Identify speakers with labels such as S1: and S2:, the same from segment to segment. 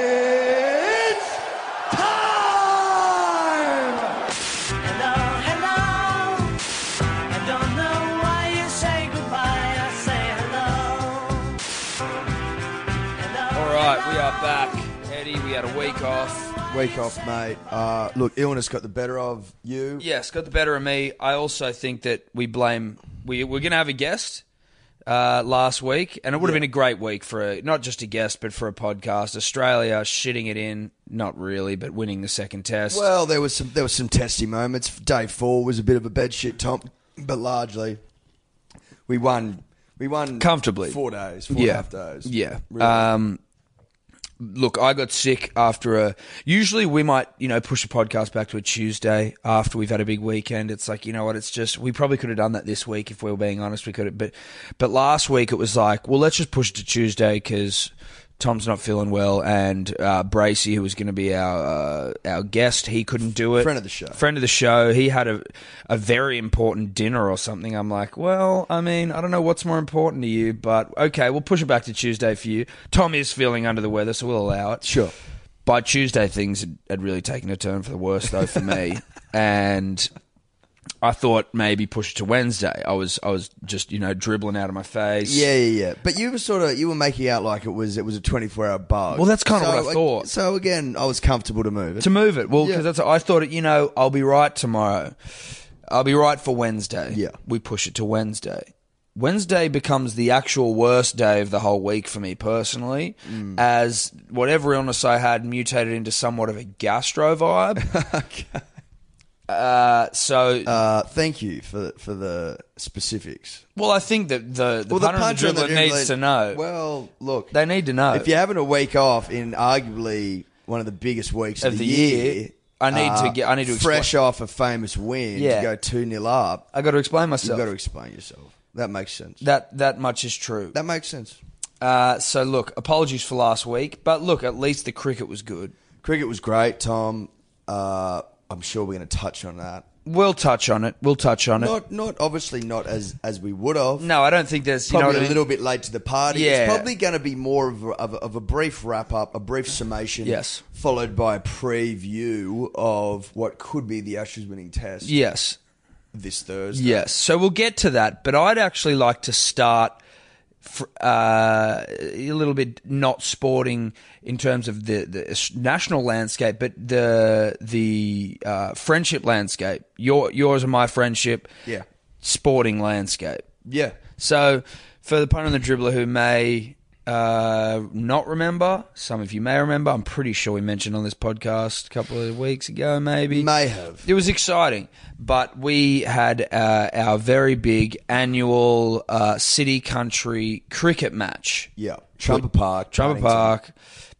S1: It's time!
S2: Hello, hello. I don't know why you say goodbye. I say hello. Hello.
S3: All right, we are back. Eddie, we had a week off.
S1: Week off, mate. Uh, look, illness got the better of you.
S3: Yes, got the better of me. I also think that we blame. We we're going to have a guest uh, last week, and it would have been a great week for a, not just a guest, but for a podcast. Australia shitting it in, not really, but winning the second test.
S1: Well, there was some there was some testy moments. Day four was a bit of a bed shit tomp, but largely we won. We won
S3: Comfortably.
S1: Four days, four and a
S3: yeah,
S1: half days.
S3: yeah.
S1: Really.
S3: Um, look, I got sick after a. Usually, we might you know push a podcast back to a Tuesday after we've had a big weekend. It's like you know what? It's just we probably could have done that this week if we were being honest. We could have, but but last week it was like, well, let's just push it to Tuesday because. Tom's not feeling well, and uh, Bracey, who was going to be our uh, our guest, he couldn't do it.
S1: Friend of the show.
S3: friend of the show. He had a a very important dinner or something. I'm like, well, I mean, I don't know what's more important to you, but okay, we'll push it back to Tuesday for you. Tom is feeling under the weather, so we'll allow it.
S1: Sure.
S3: By Tuesday, things had, had really taken a turn for the worse, though, for me, and I thought maybe push it to Wednesday. I was I was just you know dribbling out of my face.
S1: Yeah, yeah, yeah. But you were sort of you were making out like it was it was a twenty four hour bug.
S3: Well, that's kinda what I
S1: So,
S3: thought.
S1: So again, I was comfortable to move it.
S3: to move it. Well,
S1: Yeah.
S3: because that's I thought you know I'll be right tomorrow. I'll be right for Wednesday.
S1: Yeah.
S3: we push it to Wednesday. Wednesday becomes the actual worst day of the whole week for me personally,
S1: Mm.
S3: as whatever illness I had mutated into somewhat of a gastro vibe. Uh, so,
S1: Uh, thank you for for the specifics.
S3: well, I think that the the punter and the
S1: punter and the
S3: dribbler needs to know.
S1: Well, look,
S3: they need to know
S1: if you're having a week off in arguably one of the biggest weeks of,
S3: Of
S1: the,
S3: the
S1: year,
S3: year, I
S1: uh,
S3: need to get- I need to
S1: fresh off a famous win
S3: Yeah.
S1: to go two 0 up.
S3: I got to explain
S1: You've
S3: myself.
S1: got to explain yourself. That makes sense. That,
S3: that that much is true.
S1: makes sense.
S3: Uh, so look, apologies for last week, but look, at least the cricket was good.
S1: Cricket was great, Tom. Uh, I'm sure we're going to touch on that.
S3: We'll touch on it. We'll touch on it.
S1: Not, not obviously not as as we would have.
S3: No, I don't think there's you know what
S1: probably
S3: I
S1: a
S3: mean?
S1: little bit late to the party.
S3: Yeah.
S1: It's probably going to be more of a, of, a, of a brief wrap up, a brief summation,
S3: Yes.
S1: followed by a preview of what could be the Ashes winning test
S3: Yes,
S1: this Thursday.
S3: yes. So we'll get to that, but I'd actually like to start fr- uh, a little bit not sporting in terms of the the s- national landscape, but the the uh, friendship landscape. Your yours and my friendship.
S1: Yeah.
S3: Sporting landscape.
S1: Yeah.
S3: So, for the pun and the dribbler who may uh, not remember, some of you may remember. I'm pretty sure we mentioned on this podcast a couple of weeks ago, maybe.
S1: May have.
S3: It was exciting, but we had uh, our very big annual uh, city country cricket match.
S1: Yeah. Trumper Park.
S3: Trumper
S1: Paddington.
S3: Park,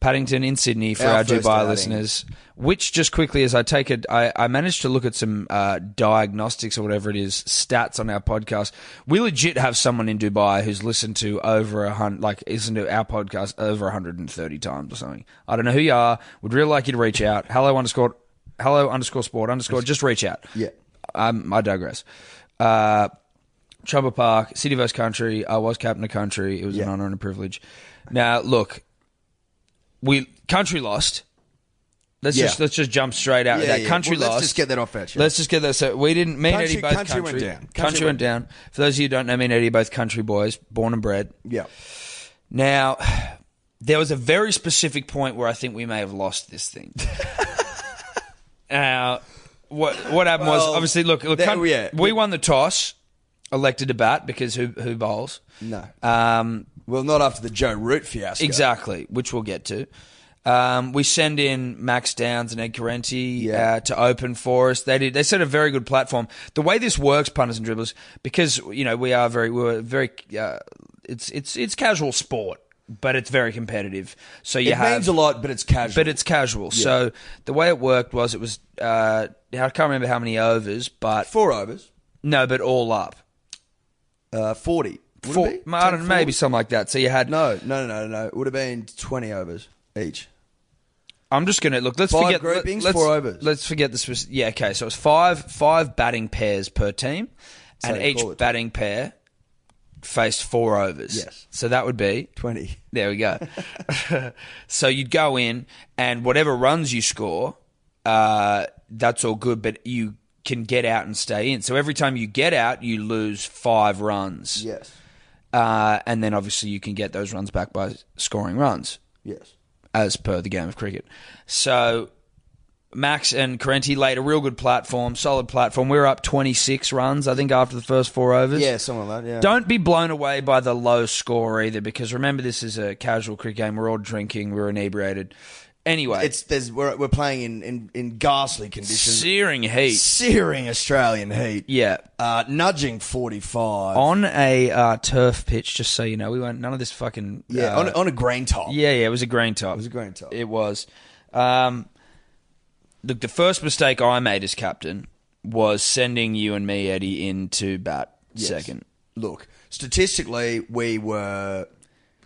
S3: Paddington in Sydney for
S1: Our
S3: our,
S1: first
S3: Dubai
S1: outing.
S3: listeners. Which, just quickly, as I take it, I, I managed to look at some uh, diagnostics or whatever it is, stats on our podcast. We legit have someone in Dubai who's listened to over a hundred, like, listened to our podcast over 130 times or something. I don't know who you are. Would really like you to reach out. Hello underscore, hello underscore sport underscore, just reach out.
S1: Yeah.
S3: Um, I digress. Uh, Trumper Park, City vs. Country. I was captain of country. It was an
S1: Yeah.
S3: honor and a privilege. Now, look, we country lost. Let's
S1: Yeah.
S3: just let's just jump straight out.
S1: Yeah,
S3: of that.
S1: yeah.
S3: Country
S1: Well, let's
S3: lost.
S1: just get that off our chest.
S3: Let's just get that. So we didn't. Me
S1: Country-
S3: and Eddie both
S1: country went down.
S3: Country,
S1: Country
S3: went down. For those of you who don't know, me and Eddie are both country boys, born and bred.
S1: Yeah.
S3: Now, there was a very specific point where I think we may have lost this thing. Now, what what happened
S1: Well,
S3: was obviously look, look
S1: there-
S3: cunt-
S1: yeah.
S3: we won the toss, elected to bat because who who bowls?
S1: No.
S3: Um,
S1: well, not after the Joe Root fiasco.
S3: exactly, which we'll get to. Um, we send in Max Downs and Ed Carenti
S1: Yeah.
S3: uh, to open for us. They did. They set a very good platform. The way this works, punters and dribblers, because you know we are very we're very. Uh, it's it's it's casual sport, but it's very competitive. So you
S1: It
S3: have
S1: means a lot, but it's casual.
S3: but it's casual. So the way it worked was it was uh, I can't remember how many overs, but
S1: four overs,
S3: no, but all up.
S1: uh, forty. Would
S3: Four-
S1: it be?
S3: I don't
S1: 10,
S3: know,
S1: 40?
S3: maybe something like that. So you had.
S1: No, no, no, no, no. It would have been twenty overs each.
S3: I'm just gonna look. Let's
S1: Five
S3: forget
S1: groupings,
S3: let's,
S1: four overs.
S3: Let's forget this was yeah. Okay, so it's five five batting pairs per team,
S1: So
S3: and
S1: you call
S3: each
S1: it-
S3: batting pair faced four overs.
S1: Yes.
S3: So that would be
S1: 20.
S3: There we go. so you'd go in, and whatever runs you score, uh, that's all good, but you can get out and stay in. So every time you get out, you lose five runs.
S1: Yes.
S3: Uh, and then obviously you can get those runs back by scoring runs,
S1: Yes.
S3: as per the game of cricket. So Max and Carenti laid a real good platform, solid platform. We were up 26 runs, I think, after the first four overs.
S1: Yeah, something like that. Yeah.
S3: Don't be blown away by the low score either, because remember this is a casual cricket game. We're all drinking, we're inebriated. Anyway, it's
S1: It's there's we're, we're playing in, in, in ghastly conditions,
S3: searing heat.
S1: searing Australian heat.
S3: Yeah,
S1: Uh, nudging 45.
S3: on a uh, turf pitch. Just so you know, we weren't none of this fucking.
S1: yeah,
S3: uh,
S1: on, on a green top.
S3: yeah, yeah. It was a green top. It
S1: was a green top.
S3: It was. Um, look, the first mistake I made as captain was sending you and me, Eddie, in to bat
S1: Yes.
S3: second.
S1: Look, statistically, we were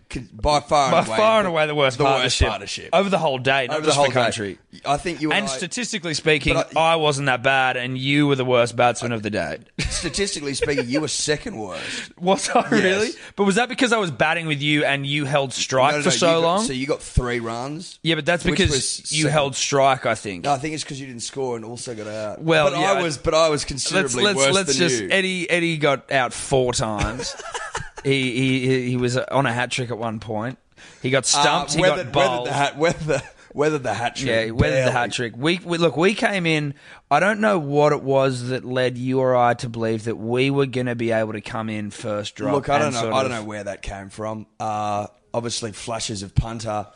S1: con- by far
S3: By
S1: and away,
S3: far and away the worst
S1: the
S3: partnership.
S1: worst partnership
S3: over the whole day, not
S1: Over
S3: just
S1: the whole
S3: the country.
S1: Day. I think you and,
S3: And
S1: I-
S3: statistically speaking,
S1: But
S3: I, wasn't that bad, and you were the worst batsman of the day.
S1: statistically speaking, you were second worst.
S3: was I really? But was that because I was batting with you and you held strike
S1: No, no,
S3: for
S1: no,
S3: so
S1: you got-
S3: long?
S1: so you got three runs.
S3: yeah, but that's
S1: which
S3: because
S1: was
S3: you
S1: second.
S3: held strike. I think.
S1: No, I think it's because you didn't score and also got out.
S3: Well,
S1: but
S3: yeah, I-
S1: I was, but I was
S3: let's
S1: considerably
S3: let's
S1: worse
S3: let's
S1: than
S3: just
S1: you.
S3: Eddie Eddie got out four times. he, he he- he was on a hat trick at one point. He got
S1: Uh,
S3: stumped. he
S1: whether,
S3: got
S1: whether
S3: bowled.
S1: the hat, whether whether the hat trick,
S3: Yeah, weathered the hat
S1: barely.
S3: trick. We, we look, we came in. I don't know what it was that led you or I to believe that we were going to be able to come in first drop.
S1: Look, I don't
S3: and
S1: know.
S3: sort
S1: I
S3: of-
S1: don't know where that came from. Uh, obviously, flashes of punter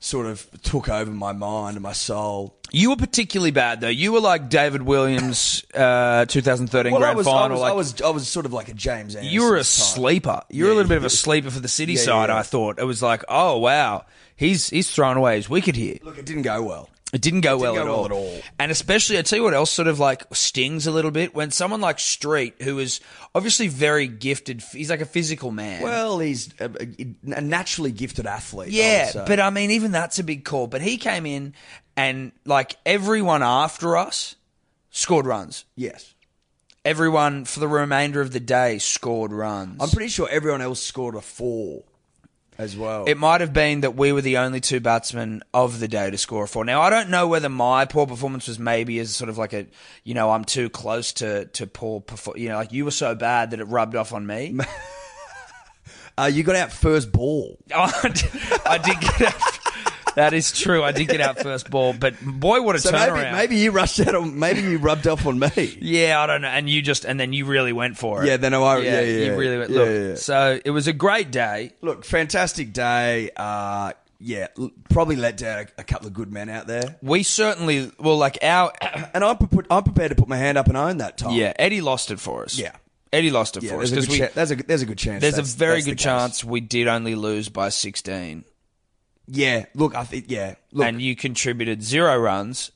S1: sort of took over my mind and my soul.
S3: You were particularly bad though. You were like David Williams, uh, 2013
S1: Well,
S3: grand
S1: I was,
S3: final.
S1: I was,
S3: like,
S1: I was, I was sort of like a James. Anderson
S3: you were a
S1: type.
S3: sleeper. You were a
S1: Yeah,
S3: little bit of a
S1: you-
S3: sleeper for the city
S1: Yeah, yeah,
S3: side.
S1: yeah.
S3: I thought it was like, oh wow, he's he's throwing away his wicket here.
S1: Look, it didn't go well.
S3: It didn't go, well,
S1: go
S3: at,
S1: well
S3: all.
S1: at all.
S3: And especially, I tell you what else sort of like stings a little bit when someone like Street, who is obviously very gifted, he's like a physical man.
S1: Well, he's a, a- a naturally gifted athlete. I
S3: yeah,
S1: would say.
S3: but I mean, even that's a big call. But he came in and like everyone after us scored runs.
S1: yes,
S3: Everyone for the remainder of the day scored runs.
S1: I'm pretty sure everyone else scored a four as well.
S3: It might have been that we were the only two batsmen of the day to score a four. Now I don't know whether my poor performance was maybe as sort of like a, you know, I'm too close to to poor perfor- You know, like you were so bad that it rubbed off on me.
S1: uh, you got out first ball.
S3: I did- I did get out. That is true. I did get out first ball, but boy, what a
S1: So
S3: turnaround!
S1: maybe, maybe you rushed out on. Maybe you rubbed off on me.
S3: Yeah, I don't know. And you just and then you really went for it.
S1: Yeah, then I- yeah, yeah,
S3: you
S1: yeah.
S3: really went.
S1: Yeah,
S3: Look,
S1: yeah, yeah.
S3: so it was a great day.
S1: Look, fantastic day. Uh, yeah, l- probably let down a, a couple of good men out there.
S3: We certainly well, like our
S1: And I'm pre- I'm prepared to put my hand up and own that time.
S3: yeah. Eddie lost it for us.
S1: Yeah.
S3: Eddie lost it
S1: yeah.
S3: for us
S1: There's a, good
S3: because we
S1: chan- there's a there's a good chance.
S3: There's
S1: that's-
S3: a very
S1: that's the
S3: good
S1: case.
S3: chance we did only lose by 16.
S1: Yeah. Look, I think yeah. Look,
S3: and you contributed zero runs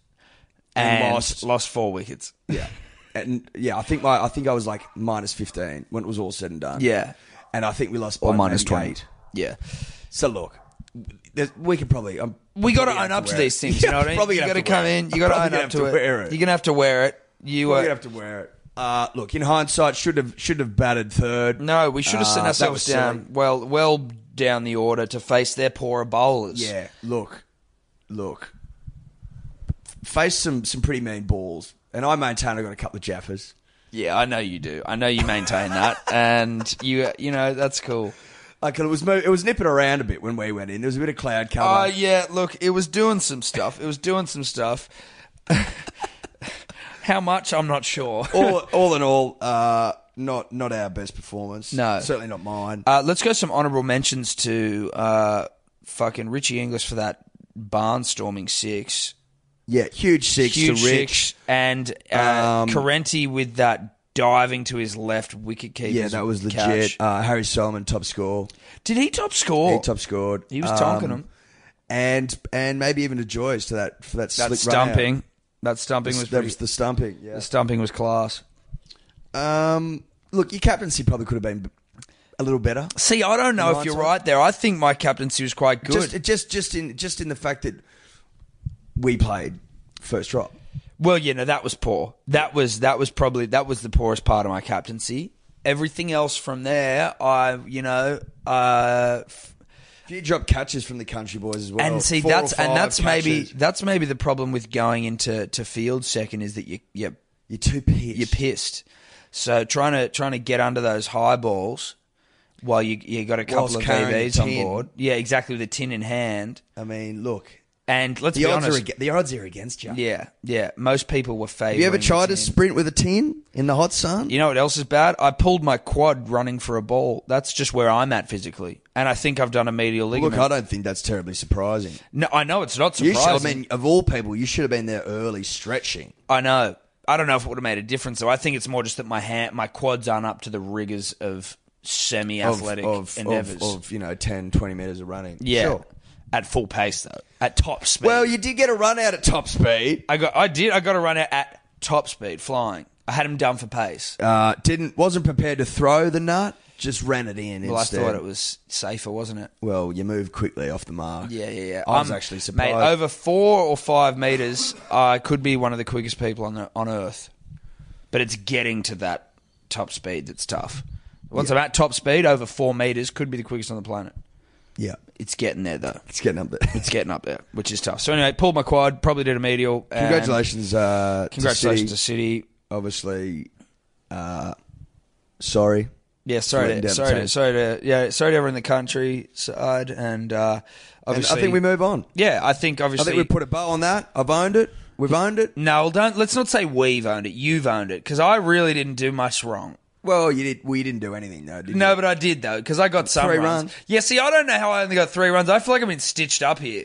S3: and,
S1: And
S3: lost,
S1: lost.
S3: lost four wickets.
S1: Yeah, and yeah, I think my I think I was like minus fifteen when it was all said and done.
S3: Yeah.
S1: and I think we lost
S3: Or
S1: by
S3: minus
S1: maybe
S3: 20.
S1: eight.
S3: Yeah.
S1: So look, there's- we can probably um,
S3: We got to
S1: probably
S3: own
S1: have
S3: up to,
S1: wear
S3: these
S1: it.
S3: things,
S1: Yeah,
S3: you know what I mean?
S1: probably
S3: you
S1: gonna
S3: got to
S1: have to
S3: come
S1: wear
S3: in,
S1: it.
S3: you got
S1: I'm
S3: to
S1: probably
S3: own
S1: gonna
S3: up
S1: have
S3: to it.
S1: wear it.
S3: You're going to have to wear it. You
S1: Probably
S3: were-
S1: gonna have to wear it. Uh, look, in hindsight, should have should have batted third.
S3: No, we should have sent
S1: Uh, that
S3: ourselves
S1: was silly.
S3: down well well down the order to face their poorer bowlers.
S1: Yeah, look, look, faced some some pretty mean balls, and I maintain I got a couple of jaffers.
S3: Yeah, I know you do. I know you maintain that and you you know that's cool.
S1: Like it was mo- it was nipping around a bit when we went in. There was a bit of cloud cover.
S3: Oh yeah, look, it was doing some stuff. It was doing some stuff. How much? I'm not sure.
S1: all, all in all, uh, not not our best performance.
S3: No.
S1: certainly not mine.
S3: Uh, let's go some honourable mentions to uh, fucking Richie English for that barnstorming six,
S1: yeah, huge six
S3: huge
S1: to Rich.
S3: six, and uh,
S1: Um,
S3: Carenti with that diving to his left wicket keeper.
S1: Yeah, that was legit. Uh, Harry Solomon top score.
S3: Did he top um, score?
S1: He top scored.
S3: Oh,
S1: Um,
S3: He was tonking him.
S1: and and maybe even to Joyce to that for that,
S3: that
S1: slick run out.
S3: stumping. That stumping was
S1: that
S3: pretty,
S1: was the stumping.
S3: the
S1: Yeah.
S3: stumping was class.
S1: Um, look, your captaincy probably could have been a little better.
S3: See, I don't know if you're
S1: hindsight.
S3: right there. I think my captaincy was quite good.
S1: Just just just in just in the fact that we played first drop.
S3: Well, you know that was poor. That was that was probably that was the poorest part of my captaincy. everything else from there, I you know, uh, f-
S1: If you drop catches from the country boys as well,
S3: and see
S1: four or
S3: that's and
S1: five
S3: that's maybe
S1: catches,
S3: that's maybe the problem with going into to field second is that you you
S1: you're too pissed.
S3: you're pissed. So trying to trying to get under those high balls while you you got a couple
S1: Whilst
S3: of
S1: carrying a
S3: VBs on
S1: tin.
S3: board. Yeah, exactly with a tin in hand.
S1: I mean, look,
S3: And let's
S1: the
S3: be
S1: odds
S3: honest.
S1: are ag- the odds are against you.
S3: yeah, yeah. Most people were favoring.
S1: Have you ever tried
S3: the
S1: to
S3: tin.
S1: sprint with a tin in the hot sun?
S3: You know what else is bad? I pulled my quad running for a ball. That's just where I'm at physically, and I think I've done a medial
S1: Look,
S3: ligament.
S1: I don't think that's terribly surprising.
S3: no, I know it's not
S1: You
S3: surprising.
S1: should, I mean, of all people, you should have been there early stretching.
S3: I know. I don't know if it would have made a difference though. I think it's more just that my hand, my quads aren't up to the rigors of
S1: of-
S3: semi-athletic
S1: of,
S3: endeavors.
S1: of, of, you know 10 20 meters of running
S3: yeah,
S1: Sure.
S3: at full pace though, at top speed.
S1: well you did get a run out at top speed
S3: I got, I did, I got to run out at top speed, flying. I had him done for pace.
S1: uh, didn't wasn't prepared to throw the nut just ran it in
S3: Well, I
S1: instead.
S3: thought it was safer, wasn't it?
S1: well you moved quickly off the mark
S3: Yeah, yeah, yeah.
S1: I was
S3: I'm-
S1: actually surprised.
S3: Um, Mate, over four or five meters, I could be one of the quickest people on the, on earth. But it's getting to that top speed that's tough. Once I'm at top speed, over four meters, could be the quickest on the planet.
S1: yeah
S3: It's getting there though.
S1: it's getting up there
S3: It's getting up there, which is tough. So anyway, pulled my quad, probably did a medial. and
S1: congratulations uh, to
S3: Congratulations to
S1: City.
S3: City.
S1: obviously uh, sorry
S3: Yeah, sorry
S1: Letting
S3: to,
S1: down the
S3: sorry to,
S1: team.
S3: sorry to, yeah, sorry to everyone in the countryside, and uh,
S1: and
S3: obviously,
S1: I think we move on
S3: Yeah, I think
S1: I
S3: obviously
S1: think we put a bow on that I've owned it we've owned it
S3: No, don't. Let's not say we've owned it. You've owned it because I really didn't do much wrong.
S1: well you did we didn't do anything though did
S3: No,
S1: you?
S3: but I did though because I got some
S1: Three
S3: runs.
S1: runs.
S3: Yeah, see, I don't know how I only got three runs. I feel like I've been stitched up here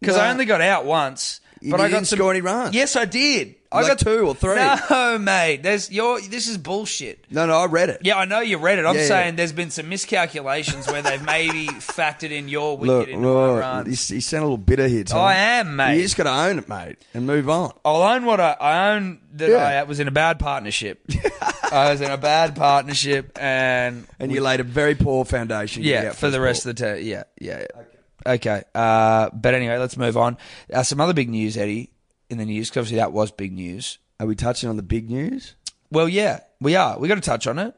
S3: because I
S1: No.
S3: only got out once.
S1: You
S3: but I got
S1: didn't
S3: some,
S1: score any runs.
S3: Yes, I did. I
S1: Like
S3: got
S1: two or three.
S3: No, mate. There's your. This is bullshit.
S1: no no I read it
S3: Yeah, I know you read it. I'm
S1: Yeah, yeah.
S3: saying there's been some miscalculations where they've maybe factored in your wicket
S1: Look,
S3: into my
S1: look,
S3: runs.
S1: you, s- you sound a little bitter here, Tom.
S3: I am, mate.
S1: You just got to own it, mate, and move on.
S3: I'll own what I, I own that
S1: Yeah.
S3: I was in a bad partnership. I was in a bad partnership, and
S1: And you laid a very poor foundation. to
S3: yeah,
S1: get
S3: for the rest of the team. Yeah, yeah. yeah. Okay. Uh, but anyway, let's move on. Uh, some other big news, Eddie, in the news. 'cause obviously, that was big news.
S1: Are we touching on the big news?
S3: Well, yeah, we are. We got to touch on it.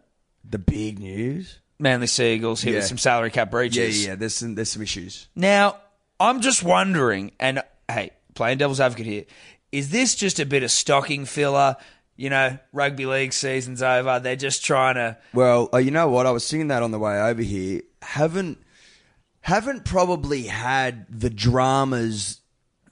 S1: The big news?
S3: Manly Seagulls hit with
S1: Yeah.
S3: some salary cap
S1: Yeah,
S3: breaches.
S1: yeah, yeah. There's some, there's some issues.
S3: Now, I'm just wondering, and hey, playing devil's advocate here, is this just a bit of stocking filler? You know, rugby league season's over. They're just trying to.
S1: Well, uh, you know what? I was singing that on the way over here. Haven't haven't probably had the dramas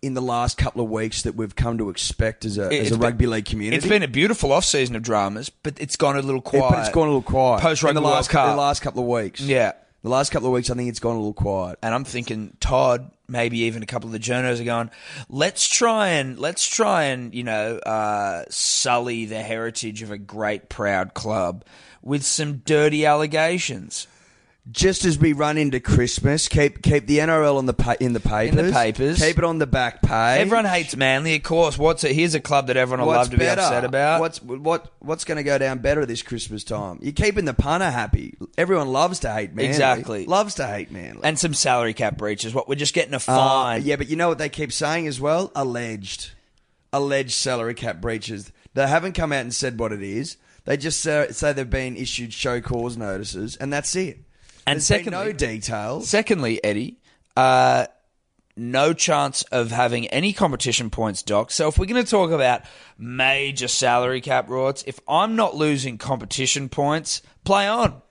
S1: in the last couple of weeks that we've come to expect as a, as
S3: it's
S1: a
S3: been-
S1: rugby league community.
S3: It's been a beautiful off season of dramas, but it's gone a little
S1: It-
S3: quiet.
S1: but it's gone a little quiet.
S3: Post Rugby
S1: In the
S3: World
S1: last,
S3: Cup.
S1: The last couple of weeks.
S3: Yeah.
S1: The last couple of weeks, I think it's gone a little quiet.
S3: and I'm thinking Todd, maybe even a couple of the journos are going, let's try and let's try and you know uh, sully the heritage of a great proud club with some dirty allegations
S1: just as we run into Christmas, keep keep the NRL on the pa- in the papers.
S3: papers.
S1: Keep it on the back page.
S3: Everyone hates Manly, of course. What's it? Here's a club that everyone will love to be upset about.
S1: What's what what's going to go down better this Christmas time? You're keeping the punter happy. Everyone loves to hate Manly.
S3: Exactly.
S1: Loves to hate Manly.
S3: and some salary cap breaches. What we're just getting a
S1: Uh,
S3: fine.
S1: yeah, but you know what they keep saying as well? Alleged, alleged salary cap breaches. They haven't come out and said what it is. They just say, say they've been issued show cause notices, and that's it.
S3: And
S1: There's been
S3: secondly-
S1: no details.
S3: Secondly, Eddie, uh, no chance of having any competition points, Doc. So if we're going to talk about major salary cap rorts, if I'm not losing competition points, play on.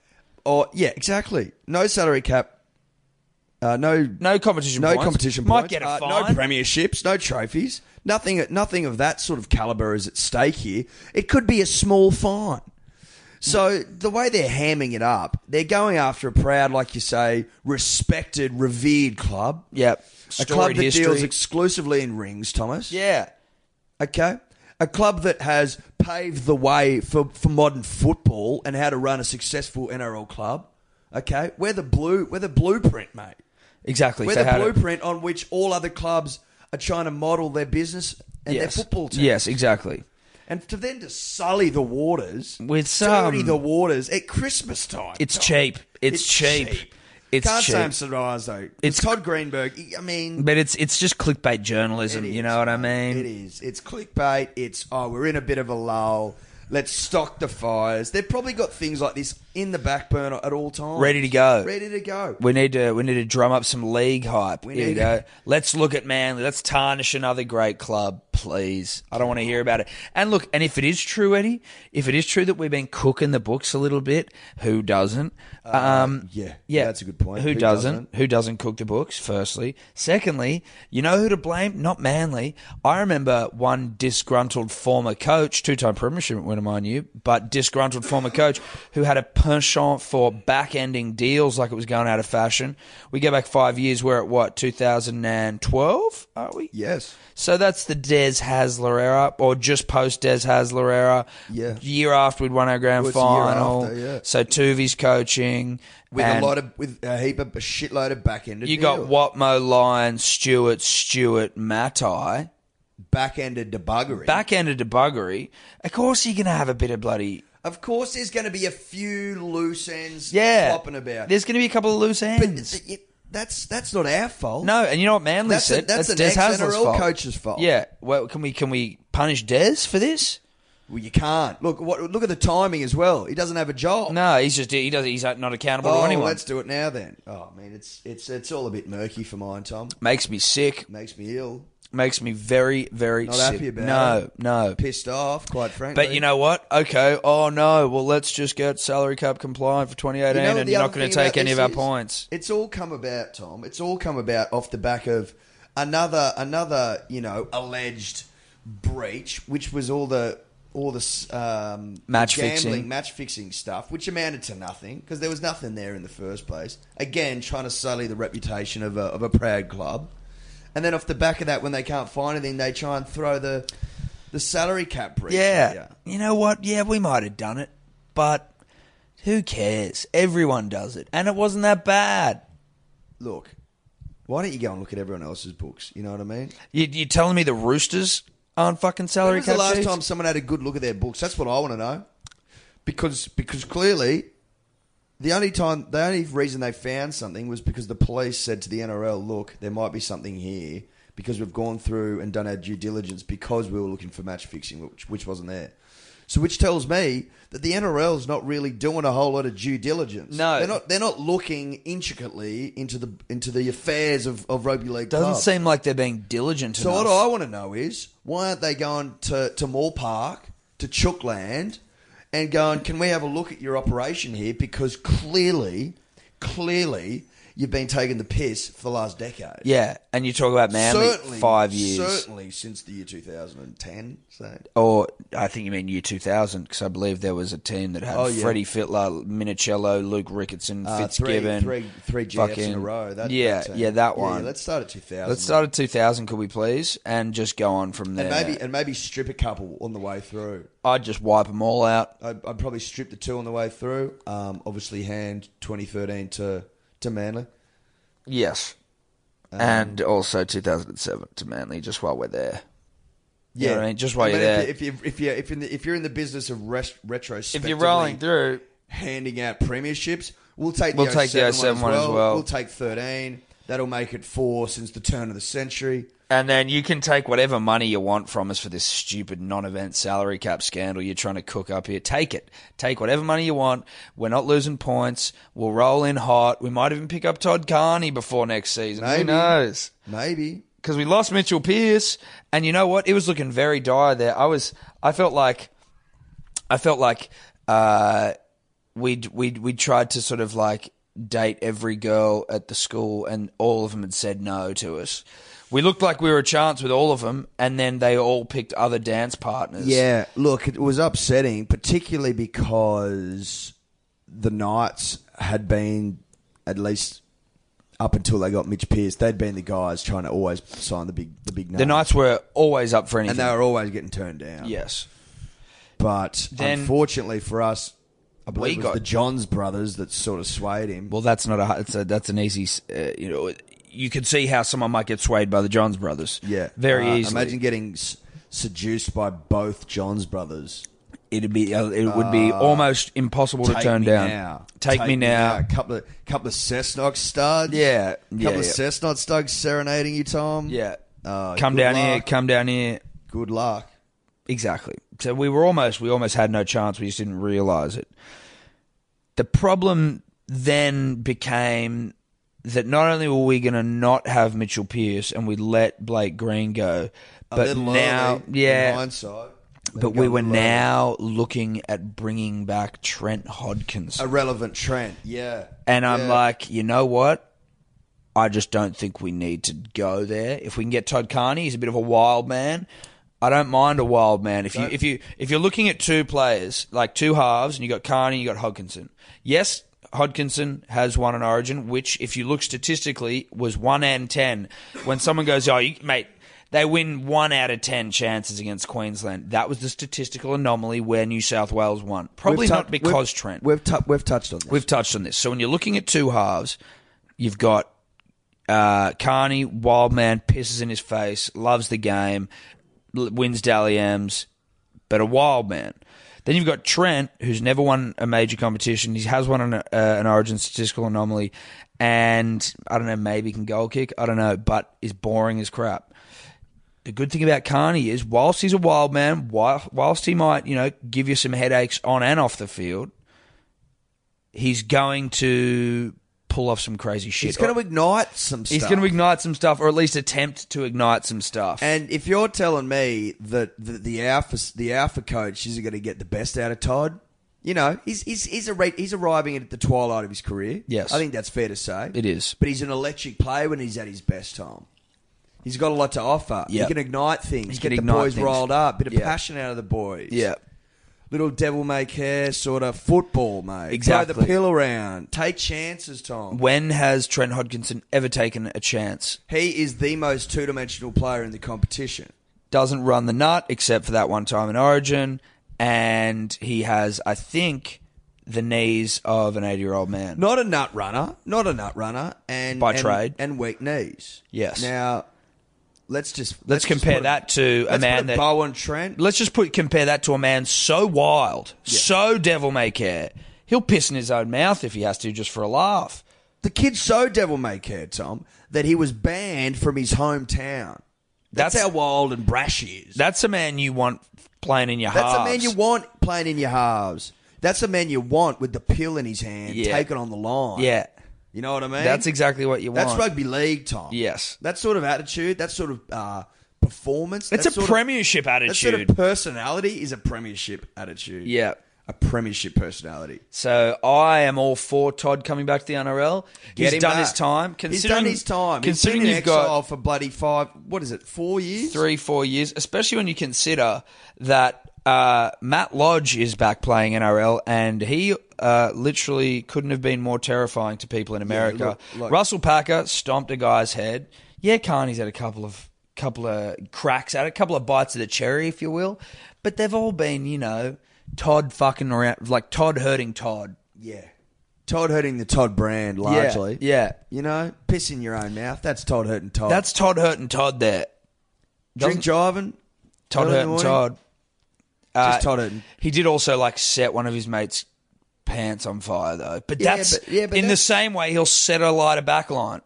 S1: Or yeah, exactly. No salary cap. Uh, no,
S3: No competition
S1: no
S3: points.
S1: competition
S3: Might
S1: points.
S3: get a
S1: uh,
S3: fine.
S1: No premierships. No trophies. Nothing. Nothing of that sort of caliber is at stake here. It could be a small fine. So the way they're hamming it up, they're going after a proud, like you say, respected, revered club.
S3: Yep.
S1: A club
S3: Storied
S1: that
S3: history.
S1: deals exclusively in rings, Thomas.
S3: yeah.
S1: Okay. A club that has paved the way for, for modern football and how to run a successful NRL club. Okay. We're the blue we're the blueprint, mate.
S3: Exactly.
S1: We're
S3: So
S1: the
S3: how to-
S1: blueprint on which all other clubs are trying to model their business and
S3: yes.
S1: their football team.
S3: Yes, exactly.
S1: And to then to sully the waters
S3: With
S1: dirty
S3: some-
S1: the waters at Christmas time.
S3: It's
S1: Tom.
S3: cheap. It's, cheap. It's
S1: Can't
S3: cheap.
S1: say I'm surprised though.
S3: It's-
S1: It's Todd Greenberg. He- I mean
S3: but it's it's just clickbait journalism.
S1: It
S3: you
S1: is,
S3: know what I
S1: mate.
S3: mean?
S1: It is. It's clickbait. It's oh, we're in a bit of a lull. Let's stock the fires. They've probably got things like this in the back burner at all times.
S3: Ready to go.
S1: Ready to go.
S3: We need to we need to drum up some league hype.
S1: We
S3: Here
S1: need-
S3: you go. Let's look at Manly. Let's tarnish another great club, please. I don't want to hear about it. And look, and if it is true, Eddie, if it is true that we've been cooking the books a little bit, who doesn't? Um,
S1: Uh, yeah, that's a good point.
S3: Who,
S1: Who
S3: doesn't?
S1: doesn't?
S3: Who doesn't cook the books? Firstly, secondly, you know who to blame? Not Manly. I remember one disgruntled former coach, two-time premiership winner, mind you, but disgruntled former coach who had a penchant for back-ending deals like it was going out of fashion. We go back five years. We're at what 2012? Are we?
S1: Yes.
S3: So that's the Des Hasler era, or just post Des Hasler era.
S1: Yeah.
S3: Year after we'd won our grand
S1: Well, it's the year
S3: final.
S1: after, yeah.
S3: So Tuvi's coaching.
S1: With
S3: and
S1: a lot of with a heap of a shitload of back ended.
S3: You got Watmo, Lyon, Stewart, Stewart, Matai.
S1: back ended debuggery.
S3: Back end of debuggery. Of course you're going to have a bit of bloody.
S1: Of course, there's going to be a few loose ends.
S3: Yeah.
S1: flopping about.
S3: There's going to be a couple of loose
S1: but
S3: ends.
S1: it- that's that's not our fault.
S3: no, and you know what Manly
S1: that's
S3: said?
S1: a, that's,
S3: Des
S1: an
S3: Hasler's
S1: ex-NRL
S3: fault.
S1: coach's fault.
S3: Yeah. Well, can we can we punish Des for this?
S1: well, you can't look. What look at the timing as well. He doesn't have a job.
S3: No, he's just he does he's not accountable
S1: Oh,
S3: to anyone.
S1: let's do it now then. Oh, I mean, it's it's it's all a bit murky for mine, Tom.
S3: Makes me sick.
S1: Makes me ill,
S3: makes me very, very
S1: Not
S3: sick.
S1: happy about
S3: no,
S1: it.
S3: no.
S1: pissed off, quite frankly.
S3: But you know what? Okay. Oh no. Well, let's just get salary cap compliant for 2018,
S1: You know what
S3: and
S1: the
S3: you're not
S1: other
S3: going to
S1: thing
S3: take
S1: about
S3: any of
S1: this
S3: our
S1: is?
S3: points.
S1: It's all come about, Tom. It's all come about off the back of another another you know alleged breach, which was all the all this um,
S3: Match
S1: gambling,
S3: fixing.
S1: match fixing stuff, which amounted to nothing because there was nothing there in the first place. Again, trying to sully the reputation of a, of a proud club, and then off the back of that, when they can't find anything, they try and throw the the salary cap breach.
S3: Yeah.
S1: at ya.
S3: You know what? Yeah, we might have done it, but who cares? Everyone does it, and it wasn't that bad.
S1: Look, why don't you go and look at everyone else's books? You know what I mean?
S3: You, you're telling me the Roosters aren't fucking salary
S1: When was
S3: cap
S1: the last
S3: sheets?
S1: time someone had a good look at their books? That's what I want to know. Because because clearly, the only time the only reason they found something was because the police said to the NRL, "Look, there might be something here." Because we've gone through and done our due diligence because we were looking for match fixing, which, which wasn't there. So, which tells me that the NRL's not really doing a whole lot of due diligence.
S3: No.
S1: they're not. They're not looking intricately into the into the affairs of, of rugby league.
S3: Doesn't
S1: clubs.
S3: seem like they're being diligent
S1: So
S3: enough.
S1: what I want to know is why aren't they going to to Moore Park to Chookland and going? Can we have a look at your operation here? Because clearly, clearly, you've been taking the piss for the last decade.
S3: yeah, and you talk about Manly five years.
S1: Certainly since the year 2010. So
S3: or I think you mean year 2000, because I believe there was a team that had
S1: Oh, yeah.
S3: Freddie Fitler, Minicello, Luke Ricketson,
S1: uh,
S3: Fitzgibbon.
S1: three, three, three GFs in a row. That,
S3: yeah,
S1: team.
S3: yeah, that one.
S1: let's start at 2000.
S3: Let's start at 2000, could we please? And just go on from there.
S1: and maybe and maybe strip a couple on the way through.
S3: I'd just wipe them all out.
S1: I'd, I'd probably strip the two on the way through. Um, obviously, hand 2013 to to Manly.
S3: Yes. and also 2007 to Manly, just while we're there. You know what I mean? Just while you're there.
S1: If, you, if, you, if, you're, if, in the, if you're in the business of res- retrospectively
S3: through.
S1: handing out premierships, we'll take the
S3: We'll take the
S1: 07
S3: 07
S1: one, as, well.
S3: well.
S1: We'll take 13. That'll make it four since the turn of the century.
S3: And then you can take whatever money you want from us for this stupid non-event salary cap scandal you're trying to cook up here. Take it. Take whatever money you want. We're not losing points. We'll roll in hot. We might even pick up Todd Carney before next season. Who
S1: Maybe.
S3: knows?
S1: Maybe.
S3: Because we lost Mitchell Pearce, and you know what? It was looking very dire there. I was. I felt like. I felt like. Uh, we'd we'd we tried to sort of like date every girl at the school and all of them had said no to us. We looked like we were a chance with all of them and then they all picked other dance partners.
S1: Yeah, look, it was upsetting, particularly because the Knights had been, at least up until they got Mitch Pearce, they'd been the guys trying to always sign the big the big names.
S3: The Knights were always up for anything.
S1: and they were always getting turned down.
S3: yes.
S1: but
S3: Then-
S1: unfortunately for us, I believe
S3: We
S1: it was
S3: got-
S1: the Johns brothers that sort of swayed him.
S3: Well, that's not a. It's a that's an easy. Uh, you know, you could see how someone might get swayed by the Johns brothers.
S1: yeah,
S3: very
S1: Uh,
S3: easily.
S1: Imagine getting s- seduced by both Johns brothers.
S3: It'd be uh, it would be almost impossible to
S1: Take
S3: turn
S1: me
S3: down.
S1: now.
S3: Take, me now.
S1: A couple of couple of Cessnock studs.
S3: Yeah,
S1: couple
S3: yeah,
S1: of
S3: yeah.
S1: Cessnock studs serenading you, Tom.
S3: Yeah.
S1: Uh,
S3: come
S1: good
S3: down
S1: luck.
S3: here. Come down here.
S1: Good luck.
S3: Exactly. So we were almost we almost had no chance. We just didn't realize it. The problem then became that not only were we going to not have Mitchell Pearce and we let Blake Green go,
S1: a
S3: but
S1: little
S3: now
S1: early in
S3: yeah,
S1: hindsight.
S3: but we were now looking at bringing back Trent Hodkins.
S1: a relevant trend. Yeah,
S3: And I'm
S1: Yeah.
S3: like, you know what? I just don't think we need to go there. If we can get Todd Carney, he's a bit of a wild man. I don't mind a wild man. If you if you if you're looking at two players, like two halves, and you got Carney, you got Hodkinson. Yes, Hodkinson has one in Origin, which if you look statistically was one and ten. When someone goes, oh, you, mate, they win one out of ten chances against Queensland. That was the statistical anomaly where New South Wales won. Probably
S1: We've tou-
S3: not because
S1: we've,
S3: Trent.
S1: We've tou- we've touched on this.
S3: We've touched on this. So when you're looking at two halves, you've got uh, Carney, wild man, pisses in his face, loves the game, l- wins Dally M's, but a wild man. Then you've got Trent, who's never won a major competition. He has won an, uh, an Origin statistical anomaly, and I don't know, maybe can goal kick. I don't know, but is boring as crap the good thing about Carney is, whilst he's a wild man, whil- whilst he might, you know, give you some headaches on and off the field, he's going to pull off some crazy shit.
S1: He's going to
S3: Or-
S1: ignite some stuff.
S3: he's going to ignite some stuff, or at least attempt to ignite some stuff.
S1: And if you're telling me that the, the alpha the alpha coach isn't going to get the best out of Todd, you know he's he's he's, arri- he's arriving at the twilight of his career.
S3: Yes.
S1: I think that's fair to say.
S3: It is.
S1: but he's an electric player when he's at his best time. He's got a lot to offer.
S3: Yeah.
S1: He can ignite things,
S3: can
S1: get the
S3: ignite
S1: boys
S3: things.
S1: riled up, bit of
S3: Yeah.
S1: passion out of the boys.
S3: yeah,
S1: little devil may care sort of football, mate. Throw
S3: Exactly.
S1: the pill around. Take chances, Tom.
S3: when has Trent Hodkinson ever taken a chance?
S1: He is the most two dimensional player in the competition.
S3: Doesn't run the nut except for that one time in Origin, and he has, I think, the knees of an eighty-year-old man.
S1: Not a nut runner. Not a nut runner. And
S3: By
S1: and-
S3: trade.
S1: and weak knees.
S3: Yes.
S1: Now, let's just
S3: Let's
S1: just
S3: compare
S1: put
S3: that to a
S1: let's
S3: man
S1: put
S3: that-
S1: bow on Trent.
S3: let's just put compare that to a man so wild, so devil may care. He'll piss in his own mouth if he has to, just for a laugh.
S1: The kid's so devil may care, Tom, that he was banned from his hometown. That's,
S3: That's-
S1: how wild and brash he is.
S3: That's a man you want playing in your
S1: That's
S3: halves.
S1: a man you want playing in your halves. That's a man you want with the pill in his hand,
S3: Yeah.
S1: taking on the line.
S3: Yeah,
S1: You know what I mean?
S3: that's exactly what you want.
S1: That's rugby league, Tom.
S3: Yes.
S1: That sort of attitude, that sort of uh, performance.
S3: It's a
S1: that sort of-
S3: premiership
S1: That
S3: attitude.
S1: sort of personality is a premiership attitude.
S3: yeah.
S1: A premiership personality.
S3: So I am all for Todd coming back to the NRL.
S1: Get him
S3: he's done
S1: back.
S3: his time.
S1: He's
S3: Considering
S1: done his time.
S3: Considering
S1: He's been in
S3: you've got
S1: exile for bloody five, what is it, four years?
S3: three, four years, especially when you consider that uh, Matt Lodge is back playing NRL, and he uh, literally couldn't have been more terrifying to people in America.
S1: look, like-
S3: Russell Packer stomped a guy's head. Yeah, Carney's had a couple of couple of cracks at it, a couple of bites of the cherry, if you will, but they've all been, you know, Todd fucking around, like Todd hurting Todd.
S1: Yeah. Todd hurting the Todd brand largely.
S3: yeah.
S1: You know, piss in your own mouth. That's Todd hurting Todd.
S3: That's Todd hurting Todd there.
S1: drink driving.
S3: Todd
S1: early in the
S3: hurting
S1: morning.
S3: Todd.
S1: Just
S3: Uh,
S1: Todd hurting.
S3: He did also like set one of his mates' pants on fire though. But
S1: Yeah,
S3: that's
S1: but- yeah, but
S3: in
S1: that's-
S3: the same way he'll set a lighter back line.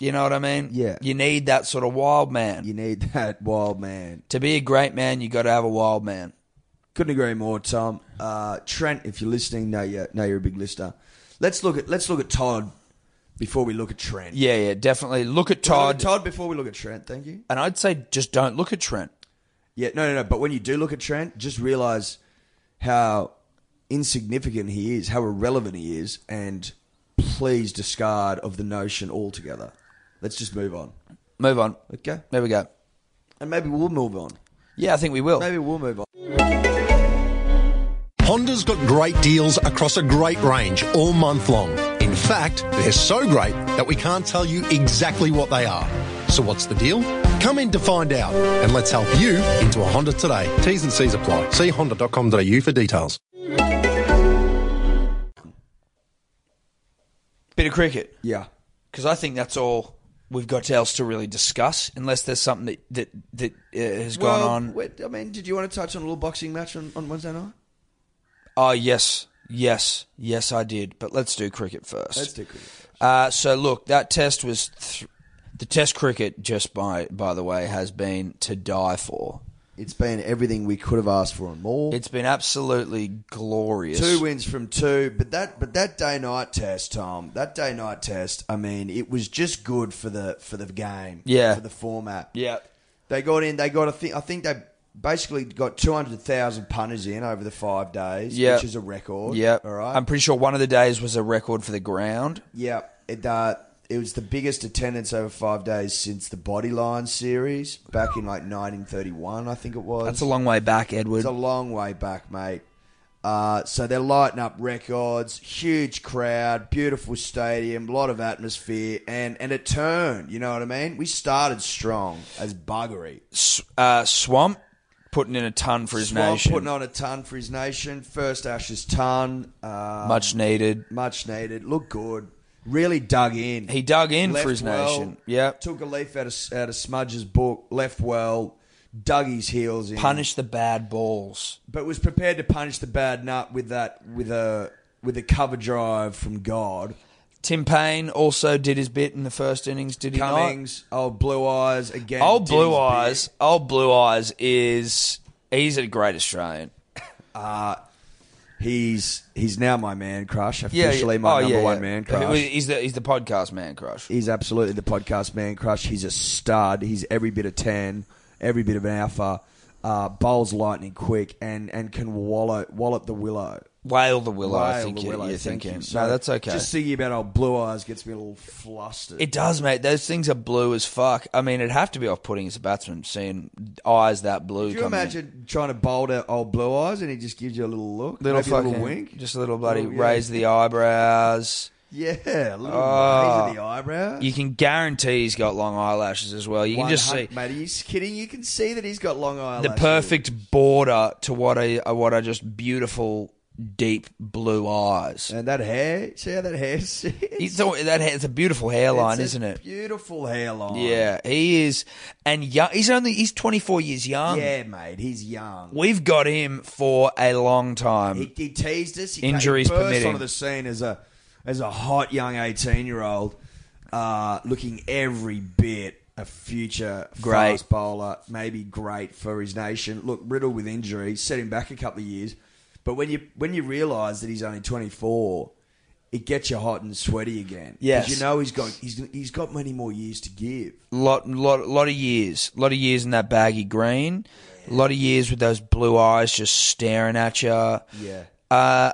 S3: You know what I mean?
S1: Yeah.
S3: You need that sort of wild man.
S1: You need that wild man.
S3: to be a great man, you got to have a wild man.
S1: Couldn't agree more, Tom. Uh, Trent, if you're listening, know you know you're a big listener. Let's look at let's look at Todd before we look at Trent.
S3: Yeah, yeah, definitely. Look at
S1: Todd,
S3: Todd,
S1: Todd before we look at Trent. Thank you.
S3: and I'd say just don't look at Trent.
S1: Yeah, no, no, no. But when you do look at Trent, just realize how insignificant he is, how irrelevant he is, and please discard of the notion altogether. Let's just move on.
S3: Move on.
S1: Okay,
S3: There we go.
S1: and maybe we'll move on.
S3: Yeah, I think we will.
S1: Maybe we'll move on.
S4: Honda's got great deals across a great range all month long. In fact, they're so great that we can't tell you exactly what they are. So what's the deal? Come in to find out and let's help you into a Honda today. T's and C's apply. See honda.com.au for details.
S3: Bit of cricket.
S1: Yeah,
S3: because I think that's all we've got else to really discuss, unless there's something that that that uh, has
S1: well,
S3: gone on.
S1: wait, I mean, did you want to touch on a little boxing match on, on Wednesday night?
S3: Oh yes, yes, yes, I did. But let's do cricket 1st
S1: Let's do cricket first.
S3: Uh, so look, that test was th- the test cricket. Just by by the way, has been to die for.
S1: It's been everything we could have asked for and more.
S3: It's been absolutely glorious.
S1: Two wins from two, but that but that day night test, Tom. That day night test. I mean, it was just good for the for the game.
S3: Yeah.
S1: for the format.
S3: Yeah.
S1: They got in. They got a thing. I think they basically got two hundred thousand punters in over the five days,
S3: Yeah.
S1: which is a record.
S3: Yeah.
S1: All right.
S3: I'm pretty sure one of the days was a record for the ground.
S1: yeah. It uh, it was the biggest attendance over five days since the Bodyline series back in like 1931, I think it was.
S3: That's a long way back, Edward.
S1: It's a long way back, mate. Uh, so they're lighting up records, huge crowd, beautiful stadium, lot of atmosphere, and and it turned. You know what I mean? We started strong as buggery.
S3: S- uh, Swamp putting in a ton for his
S1: Swamp
S3: nation.
S1: putting on a ton for his nation, first Ashes ton, uh,
S3: Much needed.
S1: much needed. Looked good. Really dug in.
S3: He dug in
S1: Left
S3: for his
S1: well,
S3: nation. Yeah.
S1: took a leaf out of out of Smudge's book. Left well, dug his heels in.
S3: Punish the bad balls.
S1: but was prepared to punish the bad nut with that with a with a cover drive from God.
S3: Tim Payne also did his bit in the first innings, did he
S1: Cummings, old blue eyes again.
S3: not? Old
S1: did his
S3: Oh, Blue
S1: bit.
S3: Eyes. Old Blue Eyes is he's a great Australian.
S1: He's he's now my man crush. Officially my
S3: Oh,
S1: number
S3: yeah,
S1: one
S3: yeah.
S1: man crush.
S3: He's the he's the podcast man crush.
S1: He's absolutely the podcast man crush. He's a stud. He's every bit of ten, every bit of an alpha. Uh, bowls lightning quick and and can wallow wallop the willow.
S3: Whale the Willow, I
S1: Whale
S3: think
S1: the
S3: you-
S1: willow,
S3: you're
S1: thank
S3: thinking.
S1: you.
S3: no,
S1: So
S3: that's okay.
S1: Just thinking about old blue eyes gets me a little flustered.
S3: It does, mate. Those things are blue as fuck. I mean, it'd have to be off-putting as a batsman seeing eyes that blue.
S1: Do you
S3: coming in.
S1: imagine trying to bowl to old blue eyes and he just gives you a little look,
S3: little
S1: maybe
S3: fucking
S1: a little wink,
S3: just a little bloody
S1: Little- yeah.
S3: raise the eyebrows?
S1: yeah, a little
S3: Oh.
S1: raise of the eyebrow.
S3: You can guarantee he's got long eyelashes as well. You can
S1: One
S3: just see
S1: hun- mate, are you kidding? You can see that he's got long
S3: the
S1: eyelashes.
S3: perfect border to what I uh, what are just beautiful deep blue eyes.
S1: and that hair. See how that hair sits?
S3: He's so, that ha- it's a beautiful hairline,
S1: It's a
S3: isn't it?
S1: Beautiful hairline.
S3: Yeah, he is, and young. He's only he's twenty four years young.
S1: yeah, mate. He's young.
S3: We've got him for a long time.
S1: He, he teased us. He
S3: Injuries
S1: came, burst
S3: permitting.
S1: onto the scene as a as a hot young eighteen year old, uh, looking every bit a future
S3: Great.
S1: fast bowler, maybe great for his nation. Look, riddled with injury, set him back a couple of years. But when you when you realise that he's only twenty four. It gets you hot and sweaty again. 'Cause
S3: Yes.
S1: you know he's got he's he's got many more years to give.
S3: lot, lot, lot of years, lot of years in that baggy green, lot of years with those blue eyes just staring at you.
S1: Yeah.
S3: Uh,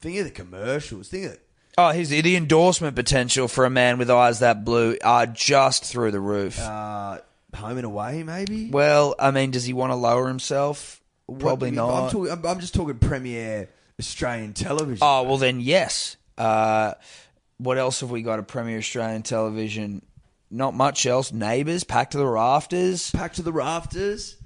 S1: Think of the commercials. Think of the,
S3: oh, here's the, the endorsement potential for a man with eyes that blue are just through the roof.
S1: uh, home and away, maybe.
S3: well, I mean, does he want to lower himself?
S1: What-
S3: Probably
S1: I'm
S3: not.
S1: talking- I'm, I'm just talking premiere Australian television.
S3: oh well, then yes. Uh, what else have we got at Premier Australian Television? Not much else. Neighbours, Pack to the Rafters,
S1: Packed to the rafters.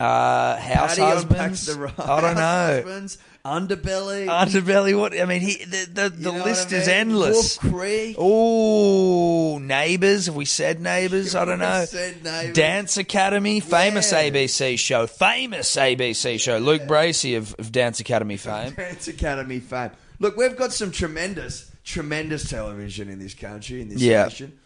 S3: uh, House
S1: Patty on Packed
S3: Husbands.
S1: to the rafters.
S3: I don't know.
S1: Husbands, underbelly.
S3: Underbelly, what? I mean, he, the the,
S1: you
S3: the
S1: know
S3: list
S1: what I
S3: is
S1: mean?
S3: endless.
S1: Wolf Creek.
S3: Oh, neighbours. Have we said neighbours? I don't know.
S1: Said Neighbours.
S3: Dance Academy, famous
S1: Yeah.
S3: ABC show, famous ABC show. Luke Bracey of, of Dance Academy fame.
S1: Parents Academy fame. Look, we've got some tremendous, tremendous television in this country, in this
S3: Yeah.
S1: nation.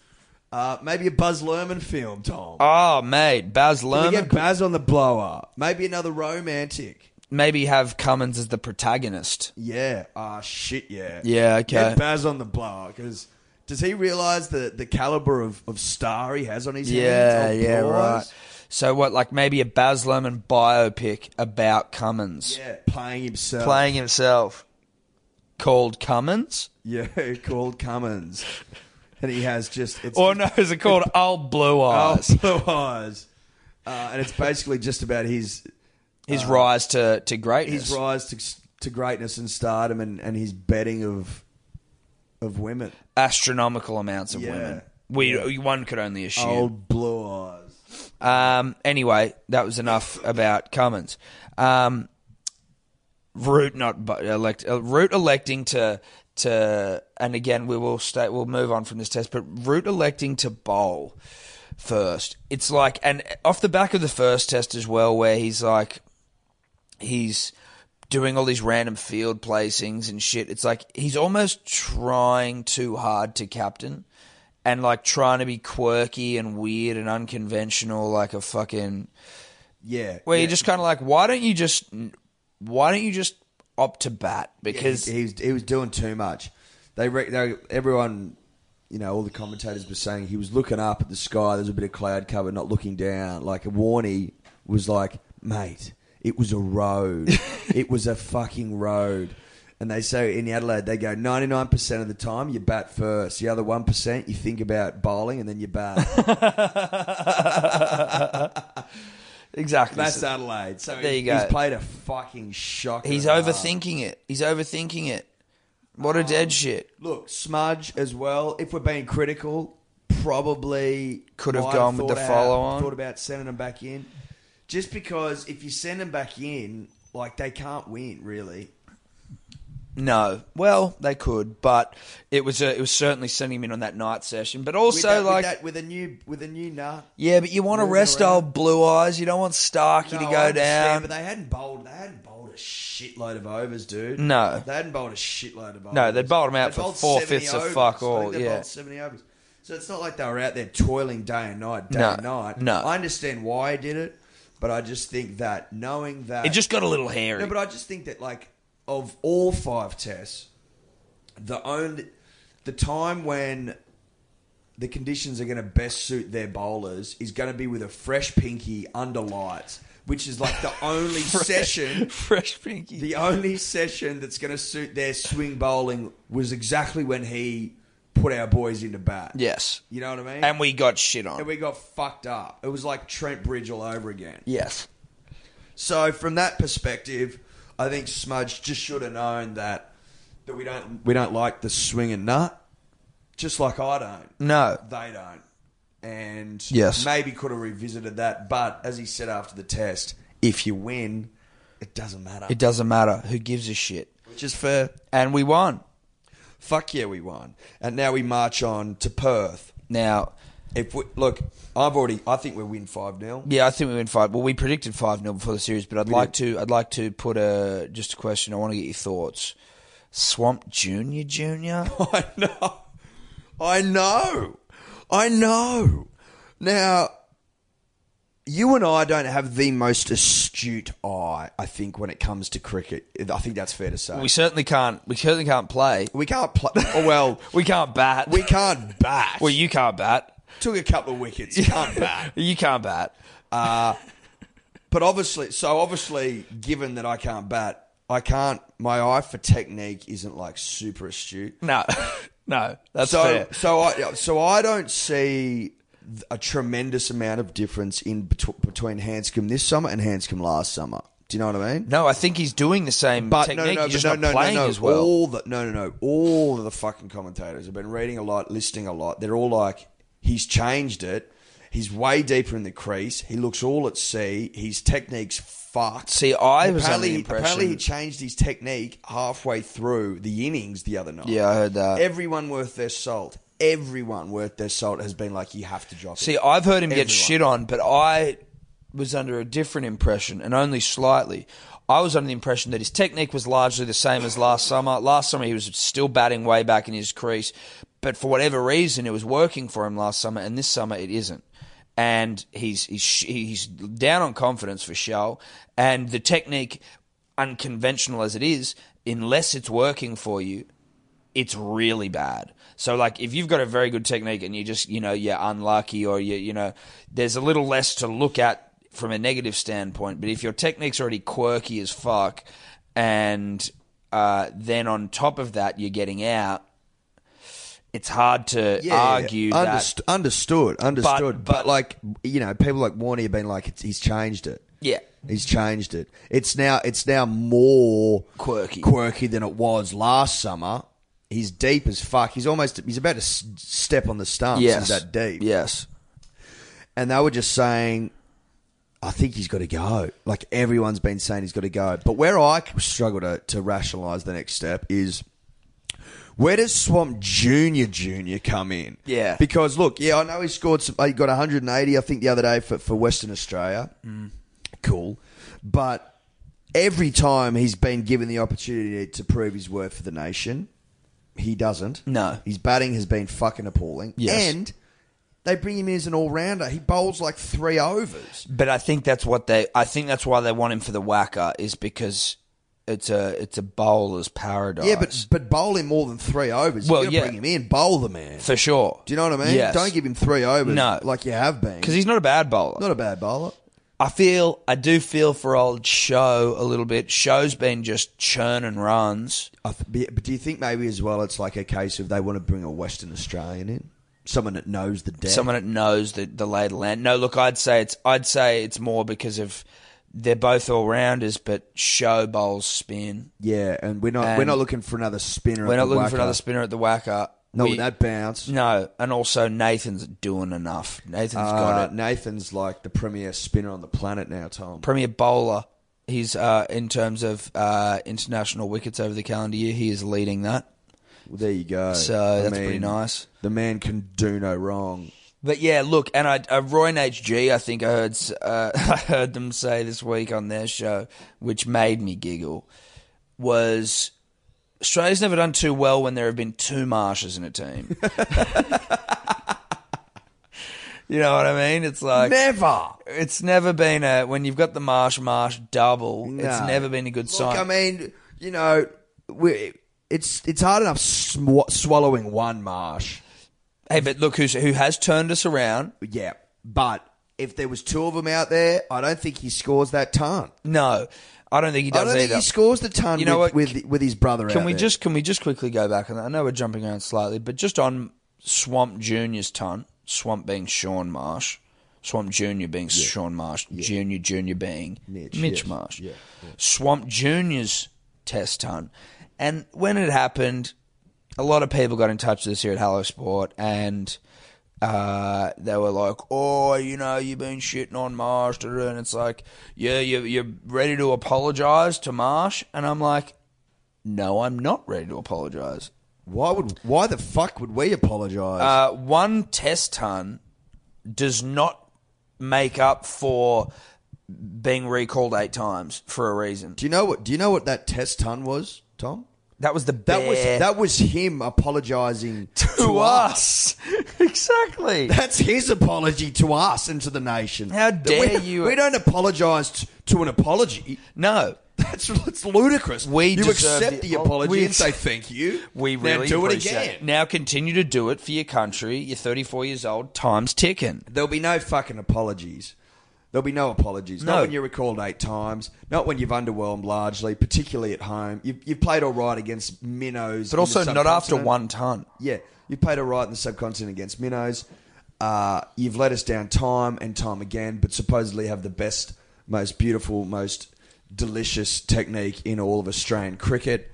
S1: Uh, maybe a Buzz Luhrmann film, Tom.
S3: Oh, mate, Baz
S1: Can we
S3: Luhrmann.
S1: get Baz on the blower. Maybe another romantic.
S3: Maybe have Cummins as the protagonist.
S1: Yeah. Ah, shit, yeah.
S3: Yeah, okay.
S1: Get Baz on the blower because does he realize the, the caliber of, of star he has on his
S3: Yeah,
S1: hands? Oh,
S3: yeah, right.
S1: boys.
S3: So what? Like maybe a Baz Luhrmann biopic about Cummins
S1: Yeah, playing himself.
S3: playing himself, called Cummins.
S1: Yeah, called Cummins, and he has just it's
S3: Or no, is it called Old Blue
S1: oh,
S3: Eyes?
S1: blue eyes, uh, and it's basically just about his
S3: His rise to, to greatness.
S1: his rise to to greatness and stardom, and, and his betting of of women.
S3: Astronomical amounts of
S1: Yeah. Oh,
S3: women. We one could only assume.
S1: Old blue eyes.
S3: Um, anyway, that was enough about Cummins. Um, Root not bu- elect uh, Root electing to to and again we will stay we'll move on from this test, but Root electing to bowl first. It's like and off the back of the first test as well, where he's like he's doing all these random field placings and shit. It's like he's almost trying too hard to captain and like trying to be quirky and weird and unconventional like a fucking
S1: Yeah.
S3: Where
S1: yeah.
S3: you're just kind of like, why don't you just, why don't you just opt to bat? Because
S1: he, he was he was doing too much. They, re- they everyone, you know, all the commentators were saying he was looking up at the sky. There was a bit of cloud cover, not looking down. Like Warney was like, mate, it was a road. it was a fucking road. And they say in Adelaide, they go ninety nine percent of the time you bat first. The other one percent you think about bowling and then you bat.
S3: exactly,
S1: That's
S3: So
S1: Adelaide. So
S3: There you
S1: he's
S3: go.
S1: played a fucking shocker.
S3: he's
S1: of a half.
S3: overthinking it. He's overthinking it. What
S1: Um,
S3: a dead shit.
S1: Look, Smudge as well. If we're being critical, probably
S3: Could have
S1: might
S3: gone with
S1: thought
S3: the
S1: out-
S3: follow-on.
S1: Thought about sending them back in, just because if you send them back in, like they can't win really.
S3: No, well they could, but it was a, it was certainly sending him in on that night session. But
S1: With
S3: also
S1: that- with
S3: like,
S1: that, with a new with a new nut.
S3: yeah, but you want to
S1: Moving
S3: rest
S1: around.
S3: old blue eyes. You don't want Starkey
S1: No,
S3: to
S1: I
S3: go
S1: understand,
S3: down.
S1: but they hadn't bowled. They hadn't bowled a shitload of overs, dude.
S3: No.
S1: they hadn't bowled a shitload of overs.
S3: No, they bowled 'em out
S1: They
S3: for
S1: bowled
S3: four-fifths
S1: 70
S3: of fuck
S1: overs. I think
S3: all,
S1: they
S3: yeah.
S1: bowled seventy overs. So it's not like they were out there toiling day and night, day
S3: No,
S1: and night.
S3: no.
S1: I understand why I did it, but I just think that knowing that
S3: it just got a little hairy.
S1: no, but I just think that like of all five tests, the only the time when the conditions are going to best suit their bowlers is going to be with a fresh pinky under lights, which is like the only session.
S3: fresh pinky.
S1: The only session that's going to suit their swing bowling was exactly when he put our boys into bat.
S3: yes,
S1: you know what I mean.
S3: and we got shit on.
S1: and we got fucked up. It was like Trent Bridge all over again.
S3: yes,
S1: So from that perspective, I think Smudge just should have known that that we don't we don't like the swing and nut, just like I don't.
S3: no,
S1: They don't, and
S3: Yes.
S1: maybe could have revisited that. But as he said after the test, if you win, it doesn't matter.
S3: it doesn't matter. Who gives a shit?
S1: Which is fair.
S3: And we won.
S1: Fuck yeah, we won, and now we march on to Perth.
S3: Now,
S1: If we look, I've already I think we win five 0
S3: yeah, I think we went five. Well, we predicted five 0 before the series, but I'd like to. I'd like to put a just a question. I want to get your thoughts. Swamp Junior Junior.
S1: I know. I know. I know. Now, you and I don't have the most astute eye, I think, when it comes to cricket. I think that's fair to say.
S3: we certainly can't. We certainly can't play.
S1: We can't play. Oh, well,
S3: We can't bat.
S1: we can't bat.
S3: Well, you can't bat.
S1: took a couple of wickets. Can't bat.
S3: You can't bat.
S1: But obviously, so obviously, given that I can't bat, I can't. My eye for technique isn't like super astute.
S3: No, no. That's
S1: so
S3: fair.
S1: so I so I don't see a tremendous amount of difference in betw- between Hanscom this summer and Hanscom last summer. Do you know what I mean?
S3: No, I think he's doing the same
S1: But
S3: technique.
S1: no, no, no,
S3: he's just
S1: no,
S3: not
S1: no, no,
S3: playing
S1: no.
S3: as well.
S1: All the no, no, no. All of the fucking commentators have been reading a lot, listening a lot. They're all like, he's changed it. He's way deeper in the crease. He looks all at sea. His technique's fucked.
S3: See, I was under
S1: apparently,
S3: the impression-
S1: apparently he changed his technique halfway through the innings the other night.
S3: Yeah, I heard that.
S1: Everyone worth their salt. Everyone worth their salt has been like, you have to drop
S3: See,
S1: it.
S3: I've heard him
S1: Everyone.
S3: get shit on, but I was under a different impression, and only slightly. I was under the impression that his technique was largely the same as last summer. Last summer, he was still batting way back in his crease, but for whatever reason, it was working for him last summer, and this summer it isn't. And he's he's sh- he's down on confidence for show, and the technique, unconventional as it is, unless it's working for you, it's really bad. So like if you've got a very good technique and you just you know you're unlucky or you you know there's a little less to look at from a negative standpoint. But if your technique's already quirky as fuck, and uh, then on top of that you're getting out, it's hard to argue that.
S1: Underst- understood, understood. But,
S3: but-
S1: like, you know, people like Warney have been like, it's, he's changed it.
S3: Yeah.
S1: He's changed it. It's now it's now more
S3: Quirky.
S1: quirky than it was last summer. He's deep as fuck. He's almost he's about to s- step on the stumps.
S3: Yes,
S1: He's that deep.
S3: Yes,
S1: and they were just saying, I think he's got to go. Like everyone's been saying he's got to go. But where I struggle to, to rationalize the next step is where does Swamp Junior Junior come in?
S3: Yeah.
S1: Because look, yeah, I know he scored some, he got 180, I think, the other day for, for Western Australia. Cool. But every time he's been given the opportunity to prove his worth for the nation, he doesn't.
S3: No.
S1: His batting has been fucking appalling.
S3: Yes.
S1: And they They bring him in as an all rounder. He bowls like three overs.
S3: But I think that's what they. I think that's why they want him for the whacker is because it's a it's a bowler's paradise.
S1: Yeah, but but bowl him more than three overs.
S3: Well,
S1: Well,
S3: yeah.
S1: you yeah. bring him in, bowl the man.
S3: for sure.
S1: Do you know what I mean?
S3: Yes.
S1: Don't give him three overs
S3: No.
S1: like you have been.
S3: Because he's not a bad bowler.
S1: not a bad bowler.
S3: I feel I do feel for old Show a little bit. Show's been just churning runs.
S1: I th- but do you think maybe as well it's like a case of they want to bring a Western Australian in? Someone that knows the deck.
S3: Someone that knows the the lay of the land. No, look, I'd say it's I'd say it's more because of they're both all rounders, but Show bowls spin.
S1: Yeah, and we're not
S3: And-
S1: we're not looking for another spinner.
S3: We're
S1: at
S3: not
S1: the
S3: looking
S1: Wacker.
S3: for another spinner at the whacker.
S1: Not
S3: We-
S1: with that bounce.
S3: No, and also Nathan's doing enough. Nathan's
S1: Uh,
S3: got it.
S1: Nathan's like the premier spinner on the planet now, Tom.
S3: Premier bowler. He's uh, in terms of uh, international wickets over the calendar year. He is leading that.
S1: Well, there you go.
S3: So that's pretty nice.
S1: The man can do no wrong.
S3: But yeah, look, and I, uh, Roy and HG, I think I heard s- uh, I heard them say this week on their show, which made me giggle, was Australia's never done too well when there have been two Marshes in a team. you know what I mean? It's like
S1: Never.
S3: it's never been a when you've got the Marsh Marsh double. It's
S1: No.
S3: never been a good
S1: Look, um,
S3: sign.
S1: I mean, you know, we, it's it's hard enough sw- swallowing one marsh.
S3: hey, but look who's who has turned us around.
S1: Yeah, but if there was two of them out there, I don't think he scores that ton.
S3: No, I don't think he
S1: I
S3: does
S1: don't think
S3: either.
S1: he scores the ton.
S3: You know
S1: with,
S3: what?
S1: with with his brother.
S3: Can
S1: out
S3: we
S1: there.
S3: just can we just quickly go back on that? I know we're jumping around slightly, but just on Swamp Junior's ton, Swamp being Sean Marsh, Swamp Junior being Sean Marsh, Junior Junior being Mitch,
S1: Mitch, yes.
S3: Marsh,
S1: Yeah,
S3: Swamp Junior's test ton, and when it happened, a lot of people got in touch with us here at Hello Sport and. Uh, they were like, "Oh, you know, you've been shitting on Marsh," da-da," and it's like, "Yeah, you, you're ready to apologize to Marsh," and I'm like, no, I'm not ready to apologise.
S1: why would why the fuck would we apologise?
S3: Uh, one test ton does not make up for being recalled eight times for a reason.
S1: do you know what? Do you know what that test ton was, Tom?
S3: That was the bare
S1: That was that was him apologising
S3: to, us. exactly.
S1: That's his apology to us and to the nation.
S3: How
S1: That
S3: dare
S1: we,
S3: you-
S1: We don't apologise to an apology.
S3: no,
S1: That's it's ludicrous.
S3: We
S1: you
S3: deserve
S1: accept
S3: the-
S1: the,
S3: well,
S1: apology
S3: we-
S1: and say thank you.
S3: we
S1: Now
S3: really
S1: do it
S3: appreciate
S1: again.
S3: Now continue to do it for your country. You're 34 years old. Time's ticking.
S1: There'll be no fucking apologies. There'll be no apologies.
S3: No.
S1: Not when you're recalled eight times. Not when you've underwhelmed largely, particularly at home. You've, you've played all right against minnows,
S3: But also
S1: in the
S3: not after
S1: subcontinent.
S3: one ton.
S1: Yeah, you've played all right in the subcontinent against minnows. Uh, you've let us down time and time again, but supposedly have the best, most beautiful, most delicious technique in all of Australian cricket.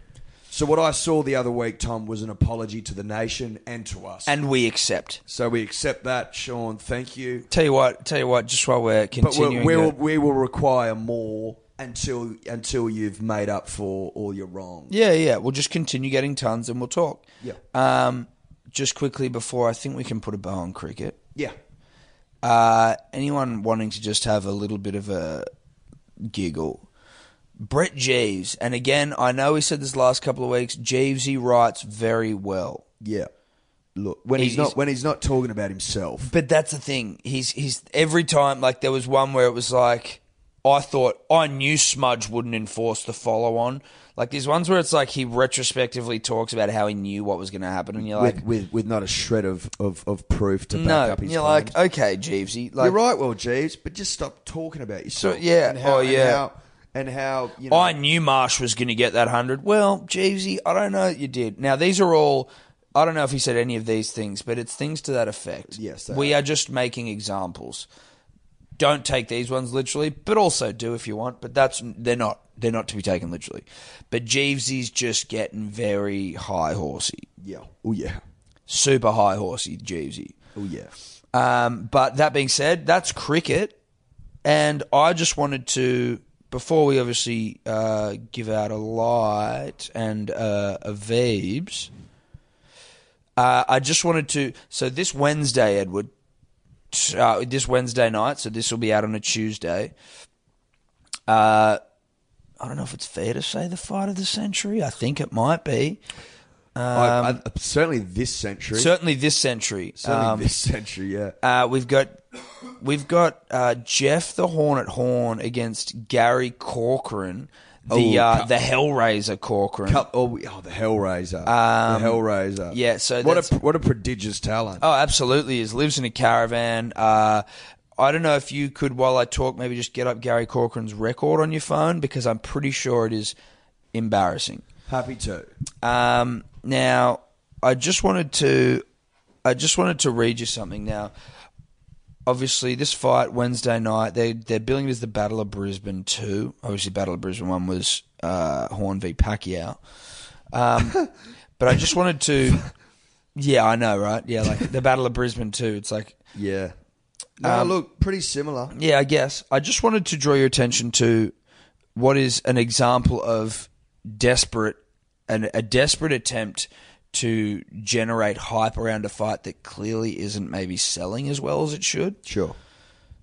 S1: So what I saw the other week, Tom, was an apology to the nation and to us.
S3: And we accept.
S1: so we accept that, Sean. Thank you.
S3: Tell you what, tell you what, just while we're
S1: But
S3: continuing.
S1: we'll, we'll,
S3: to-
S1: we will require more until until you've made up for all your wrongs.
S3: Yeah, yeah. We'll just continue getting tons and we'll talk.
S1: Yeah.
S3: Um, just quickly before I think we can put a bow on cricket.
S1: Yeah.
S3: Uh, anyone wanting to just have a little bit of a giggle? Brett Jeeves, and again, I know we said this last couple of weeks. Jeeves, he writes very well,
S1: Yeah. Look, when he's,
S3: He's-
S1: not when he's not talking about himself.
S3: but that's the thing. He's he's every time like there was one where it was like I thought I knew Smudge wouldn't enforce the follow on. Like these ones where it's like he retrospectively talks about how he knew what was going to happen, and you're like,
S1: with, with with not a shred of, of, of proof to back
S3: no,
S1: up his
S3: you're
S1: claims.
S3: like, okay, Jeevesy, like,
S1: you're right, well, Jeeves, but just stop talking about yourself.
S3: So, yeah,
S1: and how,
S3: oh, yeah.
S1: and how, and how you know,
S3: I knew Marsh was going to get that hundred. Well, Jeevesy, I don't know that you did. Now these are all, I don't know if he said any of these things, but it's things to that effect.
S1: Yes, they
S3: we are. just making examples. Don't take these ones literally, but also do if you want. But that's they're not they're not to be taken literally. But Jeevesy's just getting very high horsey,
S1: yeah, oh yeah,
S3: super high horsey, Jeevesy.
S1: oh yeah.
S3: Um, but that being said, that's cricket, and I just wanted to before we obviously uh, give out a light and uh, a Veebs. Uh, I just wanted to. So this Wednesday, Edward, t- uh, this Wednesday night. So this will be out on a Tuesday. Uh, I don't know if it's fair to say the fight of the century. I think it might be.
S1: I, I, certainly this century.
S3: Certainly this century.
S1: certainly
S3: Um,
S1: this century, yeah.
S3: Uh, we've got we've got uh, Jeff the Hornet Horn against Gary Corcoran, the
S1: Oh,
S3: uh,
S1: cup-
S3: the Hellraiser Corcoran.
S1: Cup, oh, we- oh, the Hellraiser.
S3: Um,
S1: the Hellraiser.
S3: yeah, so
S1: what a
S3: that's-
S1: what a prodigious talent.
S3: Oh, absolutely is lives in a caravan. Uh, I don't know if you could, while I talk, maybe just get up Gary Corcoran's record on your phone because I'm pretty sure it is embarrassing.
S1: Happy to.
S3: Um, now, I just wanted to, I just wanted to read you something. Now, obviously, this fight Wednesday night, they they're billing it as the Battle of Brisbane two. Obviously, Battle of Brisbane one was uh, Horn v Pacquiao. Um, but I just wanted to, yeah, I know, right? Yeah, like the Battle of Brisbane two. It's like
S1: Yeah. Um, No, look, pretty similar.
S3: yeah, I guess. I just wanted to draw your attention to what is an example of desperate and a desperate attempt to generate hype around a fight that clearly isn't maybe selling as well as it should.
S1: Sure.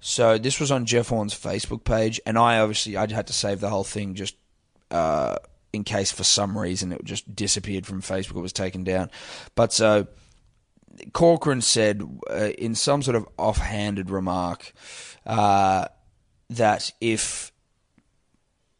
S3: So this was on Jeff Horn's Facebook page, and I obviously I had to save the whole thing just uh, in case for some reason it just disappeared from Facebook. It was taken down, but so Corcoran said uh, in some sort of offhanded remark uh, that if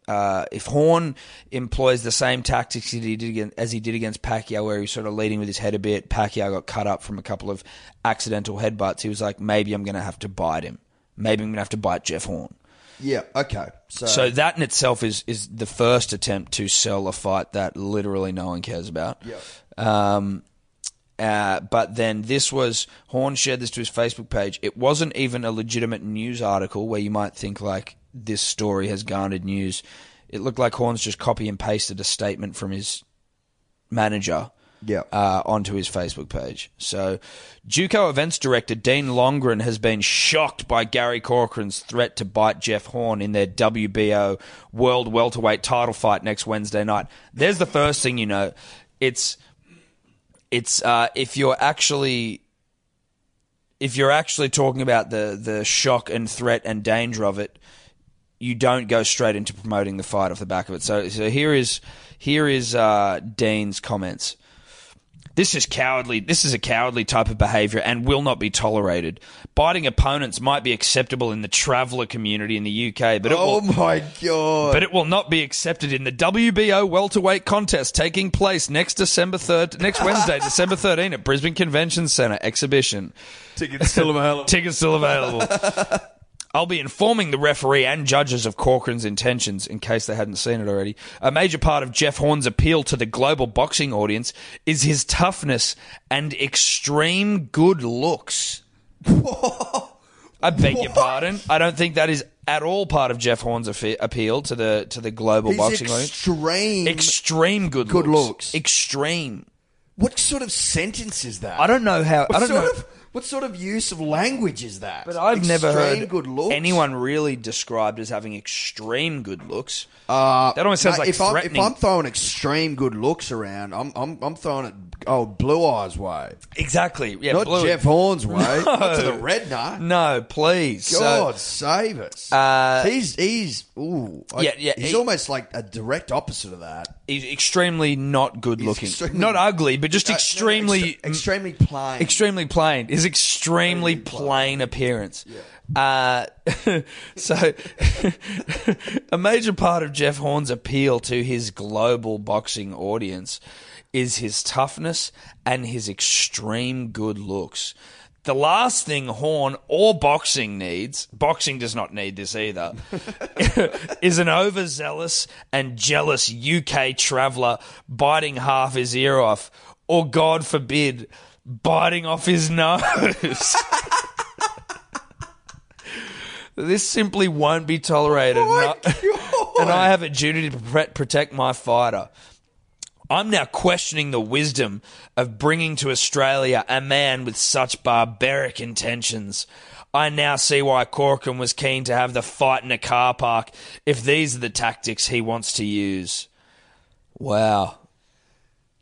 S3: uh, if Horn employs the same tactics that he did against, as he did against Pacquiao, where he was sort of leading with his head a bit, Pacquiao got cut up from a couple of accidental headbutts. He was like, maybe I'm going to have to bite him. Maybe I'm going to have to bite Jeff Horn.
S1: Yeah. Okay. So,
S3: So that in itself is is the first attempt to sell a fight that literally no one cares about.
S1: Yep.
S3: Um, uh, but then this was Horn shared this to his Facebook page. It wasn't even a legitimate news article where you might think like this story has garnered news. It looked like Horn's just copy and pasted a statement from his manager
S1: Yeah.
S3: uh, onto his Facebook page. So, Juco events director Dean Longren has been shocked by Gary Corcoran's threat to bite Jeff Horn in their WBO World Welterweight title fight next Wednesday night. There's the first thing you know. It's it's uh, if you're actually if you're actually talking about the the shock and threat and danger of it, you don't go straight into promoting the fight off the back of it. So so here is here is uh, Dean's comments. This is cowardly. This is a cowardly type of behavior and will not be tolerated. Biting opponents might be acceptable in the traveler community in the UK, but it
S1: oh
S3: will
S1: my god.
S3: but it will not be accepted in the WBO welterweight contest taking place next December third, next Wednesday, December thirteen at Brisbane Convention Centre exhibition.
S1: Tickets still available.
S3: Tickets still available. I'll be informing the referee and judges of Corcoran's intentions in case they hadn't seen it already. A major part of Jeff Horn's appeal to the global boxing audience is his toughness and extreme good looks. I beg your pardon. I don't think that is at all part of Jeff Horn's affe- appeal to the to the global
S1: He's
S3: boxing audience.
S1: extreme.
S3: Extreme good,
S1: Good
S3: looks.
S1: looks.
S3: Extreme.
S1: what sort of sentence is that?
S3: I don't know how.
S1: What
S3: I don't
S1: sort
S3: know.
S1: Of, what sort of use of language is that?
S3: But I've never
S1: Extreme
S3: heard
S1: good looks.
S3: anyone really described as having extreme good looks.
S1: Uh,
S3: That almost sounds
S1: mate,
S3: like
S1: if I'm, if
S3: threatening.
S1: I'm throwing extreme good looks around, I'm I'm, I'm throwing it old blue eyes way,
S3: exactly. Yeah,
S1: not
S3: blue-
S1: Jeff Horn's way, not to the redner.
S3: No, please. So-
S1: God save us.
S3: Uh,
S1: he's he's ooh I-
S3: Yeah, yeah,
S1: He's
S3: he-
S1: almost like a direct opposite of that.
S3: he's extremely not good looking.
S1: extremely-
S3: not ugly, but just
S1: Uh, no, no,
S3: extremely
S1: extre- extremely plain.
S3: extremely plain. His extremely plain appearance. Uh, so, a major part of Jeff Horn's appeal to his global boxing audience is his toughness and his extreme good looks. The last thing Horn or boxing needs, boxing does not need this either, is an overzealous and jealous UK traveller biting half his ear off, or God forbid, biting off his nose. this simply won't be tolerated. and, I, and I have a duty to pre- protect my fighter. I'm now questioning the wisdom of bringing to Australia a man with such barbaric intentions. I now see why Corcoran was keen to have the fight in a car park if these are the tactics he wants to use. Wow.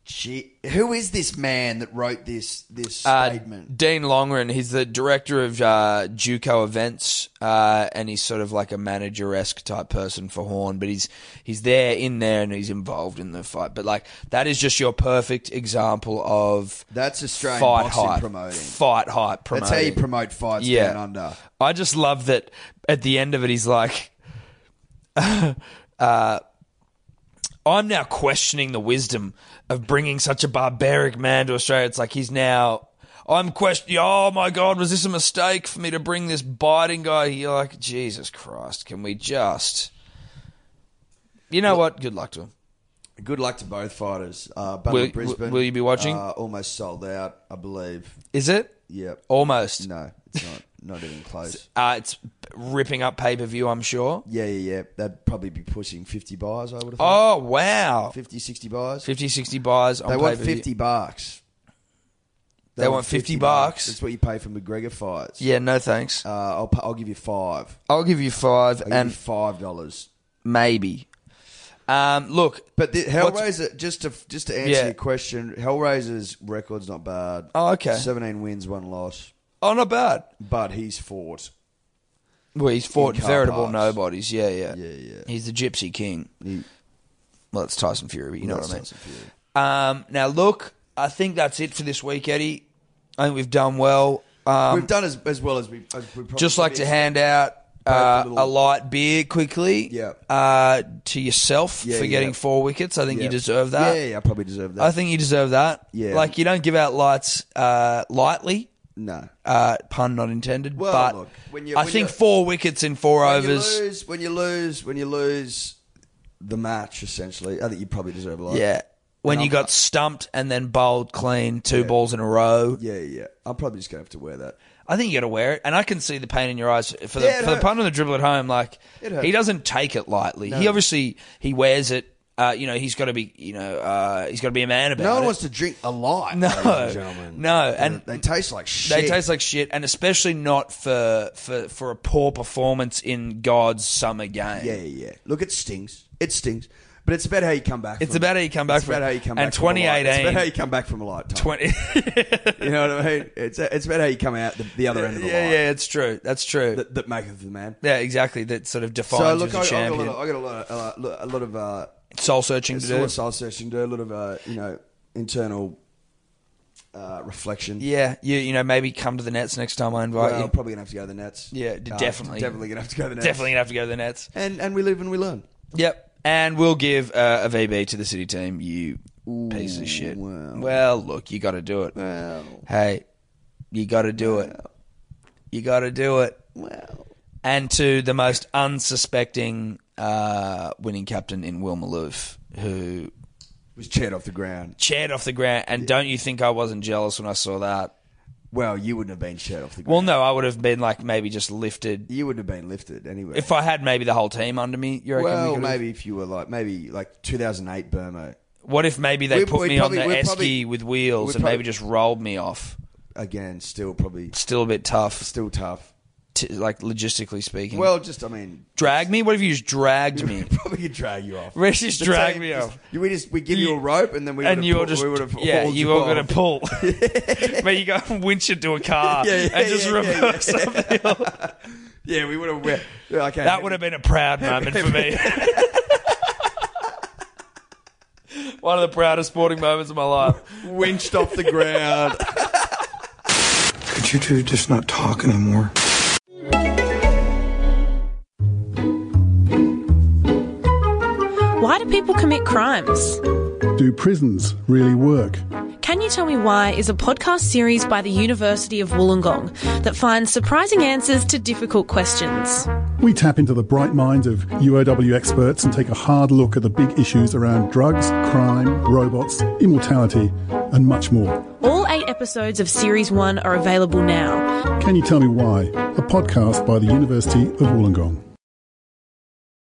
S1: Gee, who is this man that wrote this this
S3: Uh,
S1: statement?
S3: Dean Longren, he's the director of uh, JUCO events, uh, and he's sort of like a manager esque type person for Horn, but he's he's there in there and he's involved in the fight. But like that is just your perfect example of
S1: That's Australian
S3: fight
S1: boxing
S3: hype
S1: promoting.
S3: fight hype promoting.
S1: That's how you promote fights down under.
S3: I just love that at the end of it, he's like, uh, I'm now questioning the wisdom of bringing such a barbaric man to Australia. It's like he's now. I'm questioning. Oh my God, was this a mistake for me to bring this biting guy here? Like Jesus Christ, can we just? You know what? Good luck to him.
S1: Good luck to both fighters. Uh, Battle
S3: Will-
S1: of Brisbane.
S3: will you be watching?
S1: Uh, almost sold out, I believe.
S3: Is it?
S1: Yep.
S3: Oh. Almost.
S1: No, it's not. Not even close.
S3: Uh, it's ripping up pay per view. I'm sure.
S1: Yeah, yeah, yeah. That'd probably be pushing 50 bars, I would have thought.
S3: Oh wow.
S1: 50, 60 bars.
S3: 50, 60 buys on
S1: they want
S3: pay-per-view.
S1: 50 bucks.
S3: They want 50 bucks.
S1: That's what you pay for McGregor fights.
S3: Yeah, no thanks.
S1: Uh, I'll, pa- I'll give you five.
S3: I'll give you five
S1: I'll
S3: and
S1: give you five dollars.
S3: maybe. Um, look,
S1: But the,
S3: What's-
S1: Hellraiser, just to just to answer
S3: Yeah.
S1: your question, Hellraiser's record's not bad.
S3: Oh, okay.
S1: Seventeen wins, one loss,
S3: oh, not bad.
S1: but he's fought.
S3: Well, he's fought
S1: In car
S3: veritable
S1: parks.
S3: nobodies. Yeah, yeah,
S1: Yeah, yeah.
S3: He's the Gypsy King.
S1: He-
S3: Well, it's Tyson Fury. But you know
S1: That's
S3: what I mean.
S1: not
S3: Um,
S1: so few.
S3: now, look, I think that's it for this week, Eddie. I think we've done well. Um,
S1: We've done as, as well as we. As we probably
S3: just like
S1: could.
S3: to hand out
S1: Both
S3: uh,
S1: a
S3: a
S1: little-
S3: light beer quickly.
S1: Yeah.
S3: Uh, to yourself
S1: Yeah,
S3: for
S1: yeah.
S3: getting four wickets. I think
S1: Yeah.
S3: you deserve that.
S1: Yeah, yeah, I probably deserve that.
S3: I think you deserve that.
S1: Yeah.
S3: Like you don't give out lights uh, lightly.
S1: no.
S3: Uh, pun not intended.
S1: Well,
S3: but
S1: look, when you-
S3: I
S1: when
S3: think
S1: you-
S3: four wickets in four
S1: When you
S3: overs.
S1: lose, when you lose, when you lose the match, essentially, I think you probably deserve a lot.
S3: Yeah. When
S1: And
S3: you
S1: I'm-
S3: got stumped and then bowled clean, two balls in a row.
S1: yeah, yeah. I'm probably just gonna have to wear that.
S3: I think you got to wear it, and I can see the pain in your eyes for the
S1: Yeah, it
S3: for the
S1: hurt.
S3: pun and the dribble at home. Like
S1: It hurt.
S3: he doesn't take it lightly. He obviously he wears it. Uh, you know he's got to be you know uh, he's got to be a man about
S1: No
S3: it.
S1: one wants to drink a lot.
S3: No,
S1: ladies and gentlemen.
S3: no, and
S1: they taste like shit.
S3: They taste like shit, and especially not for for for a poor performance in God's summer game.
S1: Yeah, yeah, yeah. Look, it stings. It stings. But it's about how you come back.
S3: It's
S1: from
S3: about
S1: it.
S3: how you come back
S1: It's
S3: from
S1: about
S3: it.
S1: how you come
S3: And
S1: back. from a light- It's
S3: 2018
S1: about how you come back from a lifetime.
S3: Twenty.
S1: You know what I mean? It's it's about how you come out the, the other end of the
S3: yeah,
S1: line
S3: yeah, it's true. That's true.
S1: that, that maketh the man.
S3: yeah, exactly. That sort of defines so,
S1: So look,
S3: a
S1: I, I got a
S3: champion.
S1: lot of, I got a lot of, uh, a lot of uh,
S3: Soul searching to do.
S1: soul soul searching to do, a lot of uh, you know internal uh, reflection.
S3: Yeah, you you know maybe come to the Nets next time I invite
S1: well,
S3: you.
S1: probably gonna have to go to the Nets. Uh,
S3: Yeah, d- definitely.
S1: definitely gonna have to go to the Nets.
S3: Definitely gonna have to go to the Nets.
S1: And and we live and we learn.
S3: Yep, and we'll give uh, a VB to the City team. You piece of shit.
S1: well.
S3: well look, you got to do it.
S1: Well,
S3: hey, you got to do it. You got to do it.
S1: well.
S3: And to the most unsuspecting uh, winning captain in Will Maloof, who
S1: Was cheered off the ground.
S3: cheered off the ground. And don't you think I wasn't jealous when I saw that?
S1: Well, you wouldn't have been cheered off the ground.
S3: Well, no, I would have been like maybe just lifted.
S1: you wouldn't have been lifted anyway.
S3: If I had maybe the whole team under me, you reckon? we
S1: well,
S3: could've-
S1: maybe if you were like maybe like 2008 Burma
S3: What if maybe they
S1: We-
S3: put
S1: we
S3: me
S1: probably-
S3: on the
S1: we
S3: esky
S1: probably-
S3: with wheels
S1: we
S3: and maybe
S1: probably-
S3: just rolled me off?
S1: again, still probably
S3: Still a bit tough,
S1: still tough.
S3: t- like logistically speaking.
S1: Well, just I mean,
S3: drag me? What if you just dragged me?
S1: probably could drag you off.
S3: Rich just
S1: The
S3: drag
S1: team
S3: me
S1: just-
S3: off.
S1: We just we give you, a rope and then we
S3: and
S1: would've
S3: you all
S1: pull-
S3: just
S1: we would've
S3: yeah
S1: hauled
S3: you all
S1: off.
S3: got to pull. but you go and winch it to a car
S1: Yeah, yeah,
S3: and just
S1: yeah, yeah,
S3: reverse
S1: yeah.
S3: up the hill.
S1: yeah we would have we- yeah, okay
S3: That would have been a proud moment for me. One of the proudest sporting moments of my life.
S1: winched off the ground.
S5: Could you two just not talk anymore?
S6: Why do people commit crimes?
S7: Do prisons really work?
S6: Can You Tell Me Why is a podcast series by the University of Wollongong that finds surprising answers to difficult questions.
S7: We tap into the bright minds of UOW experts and take a hard look at the big issues around drugs, crime, robots, immortality, and much more.
S6: All eight episodes of Series 1 are available now.
S7: Can you tell me why? A podcast by the University of Wollongong.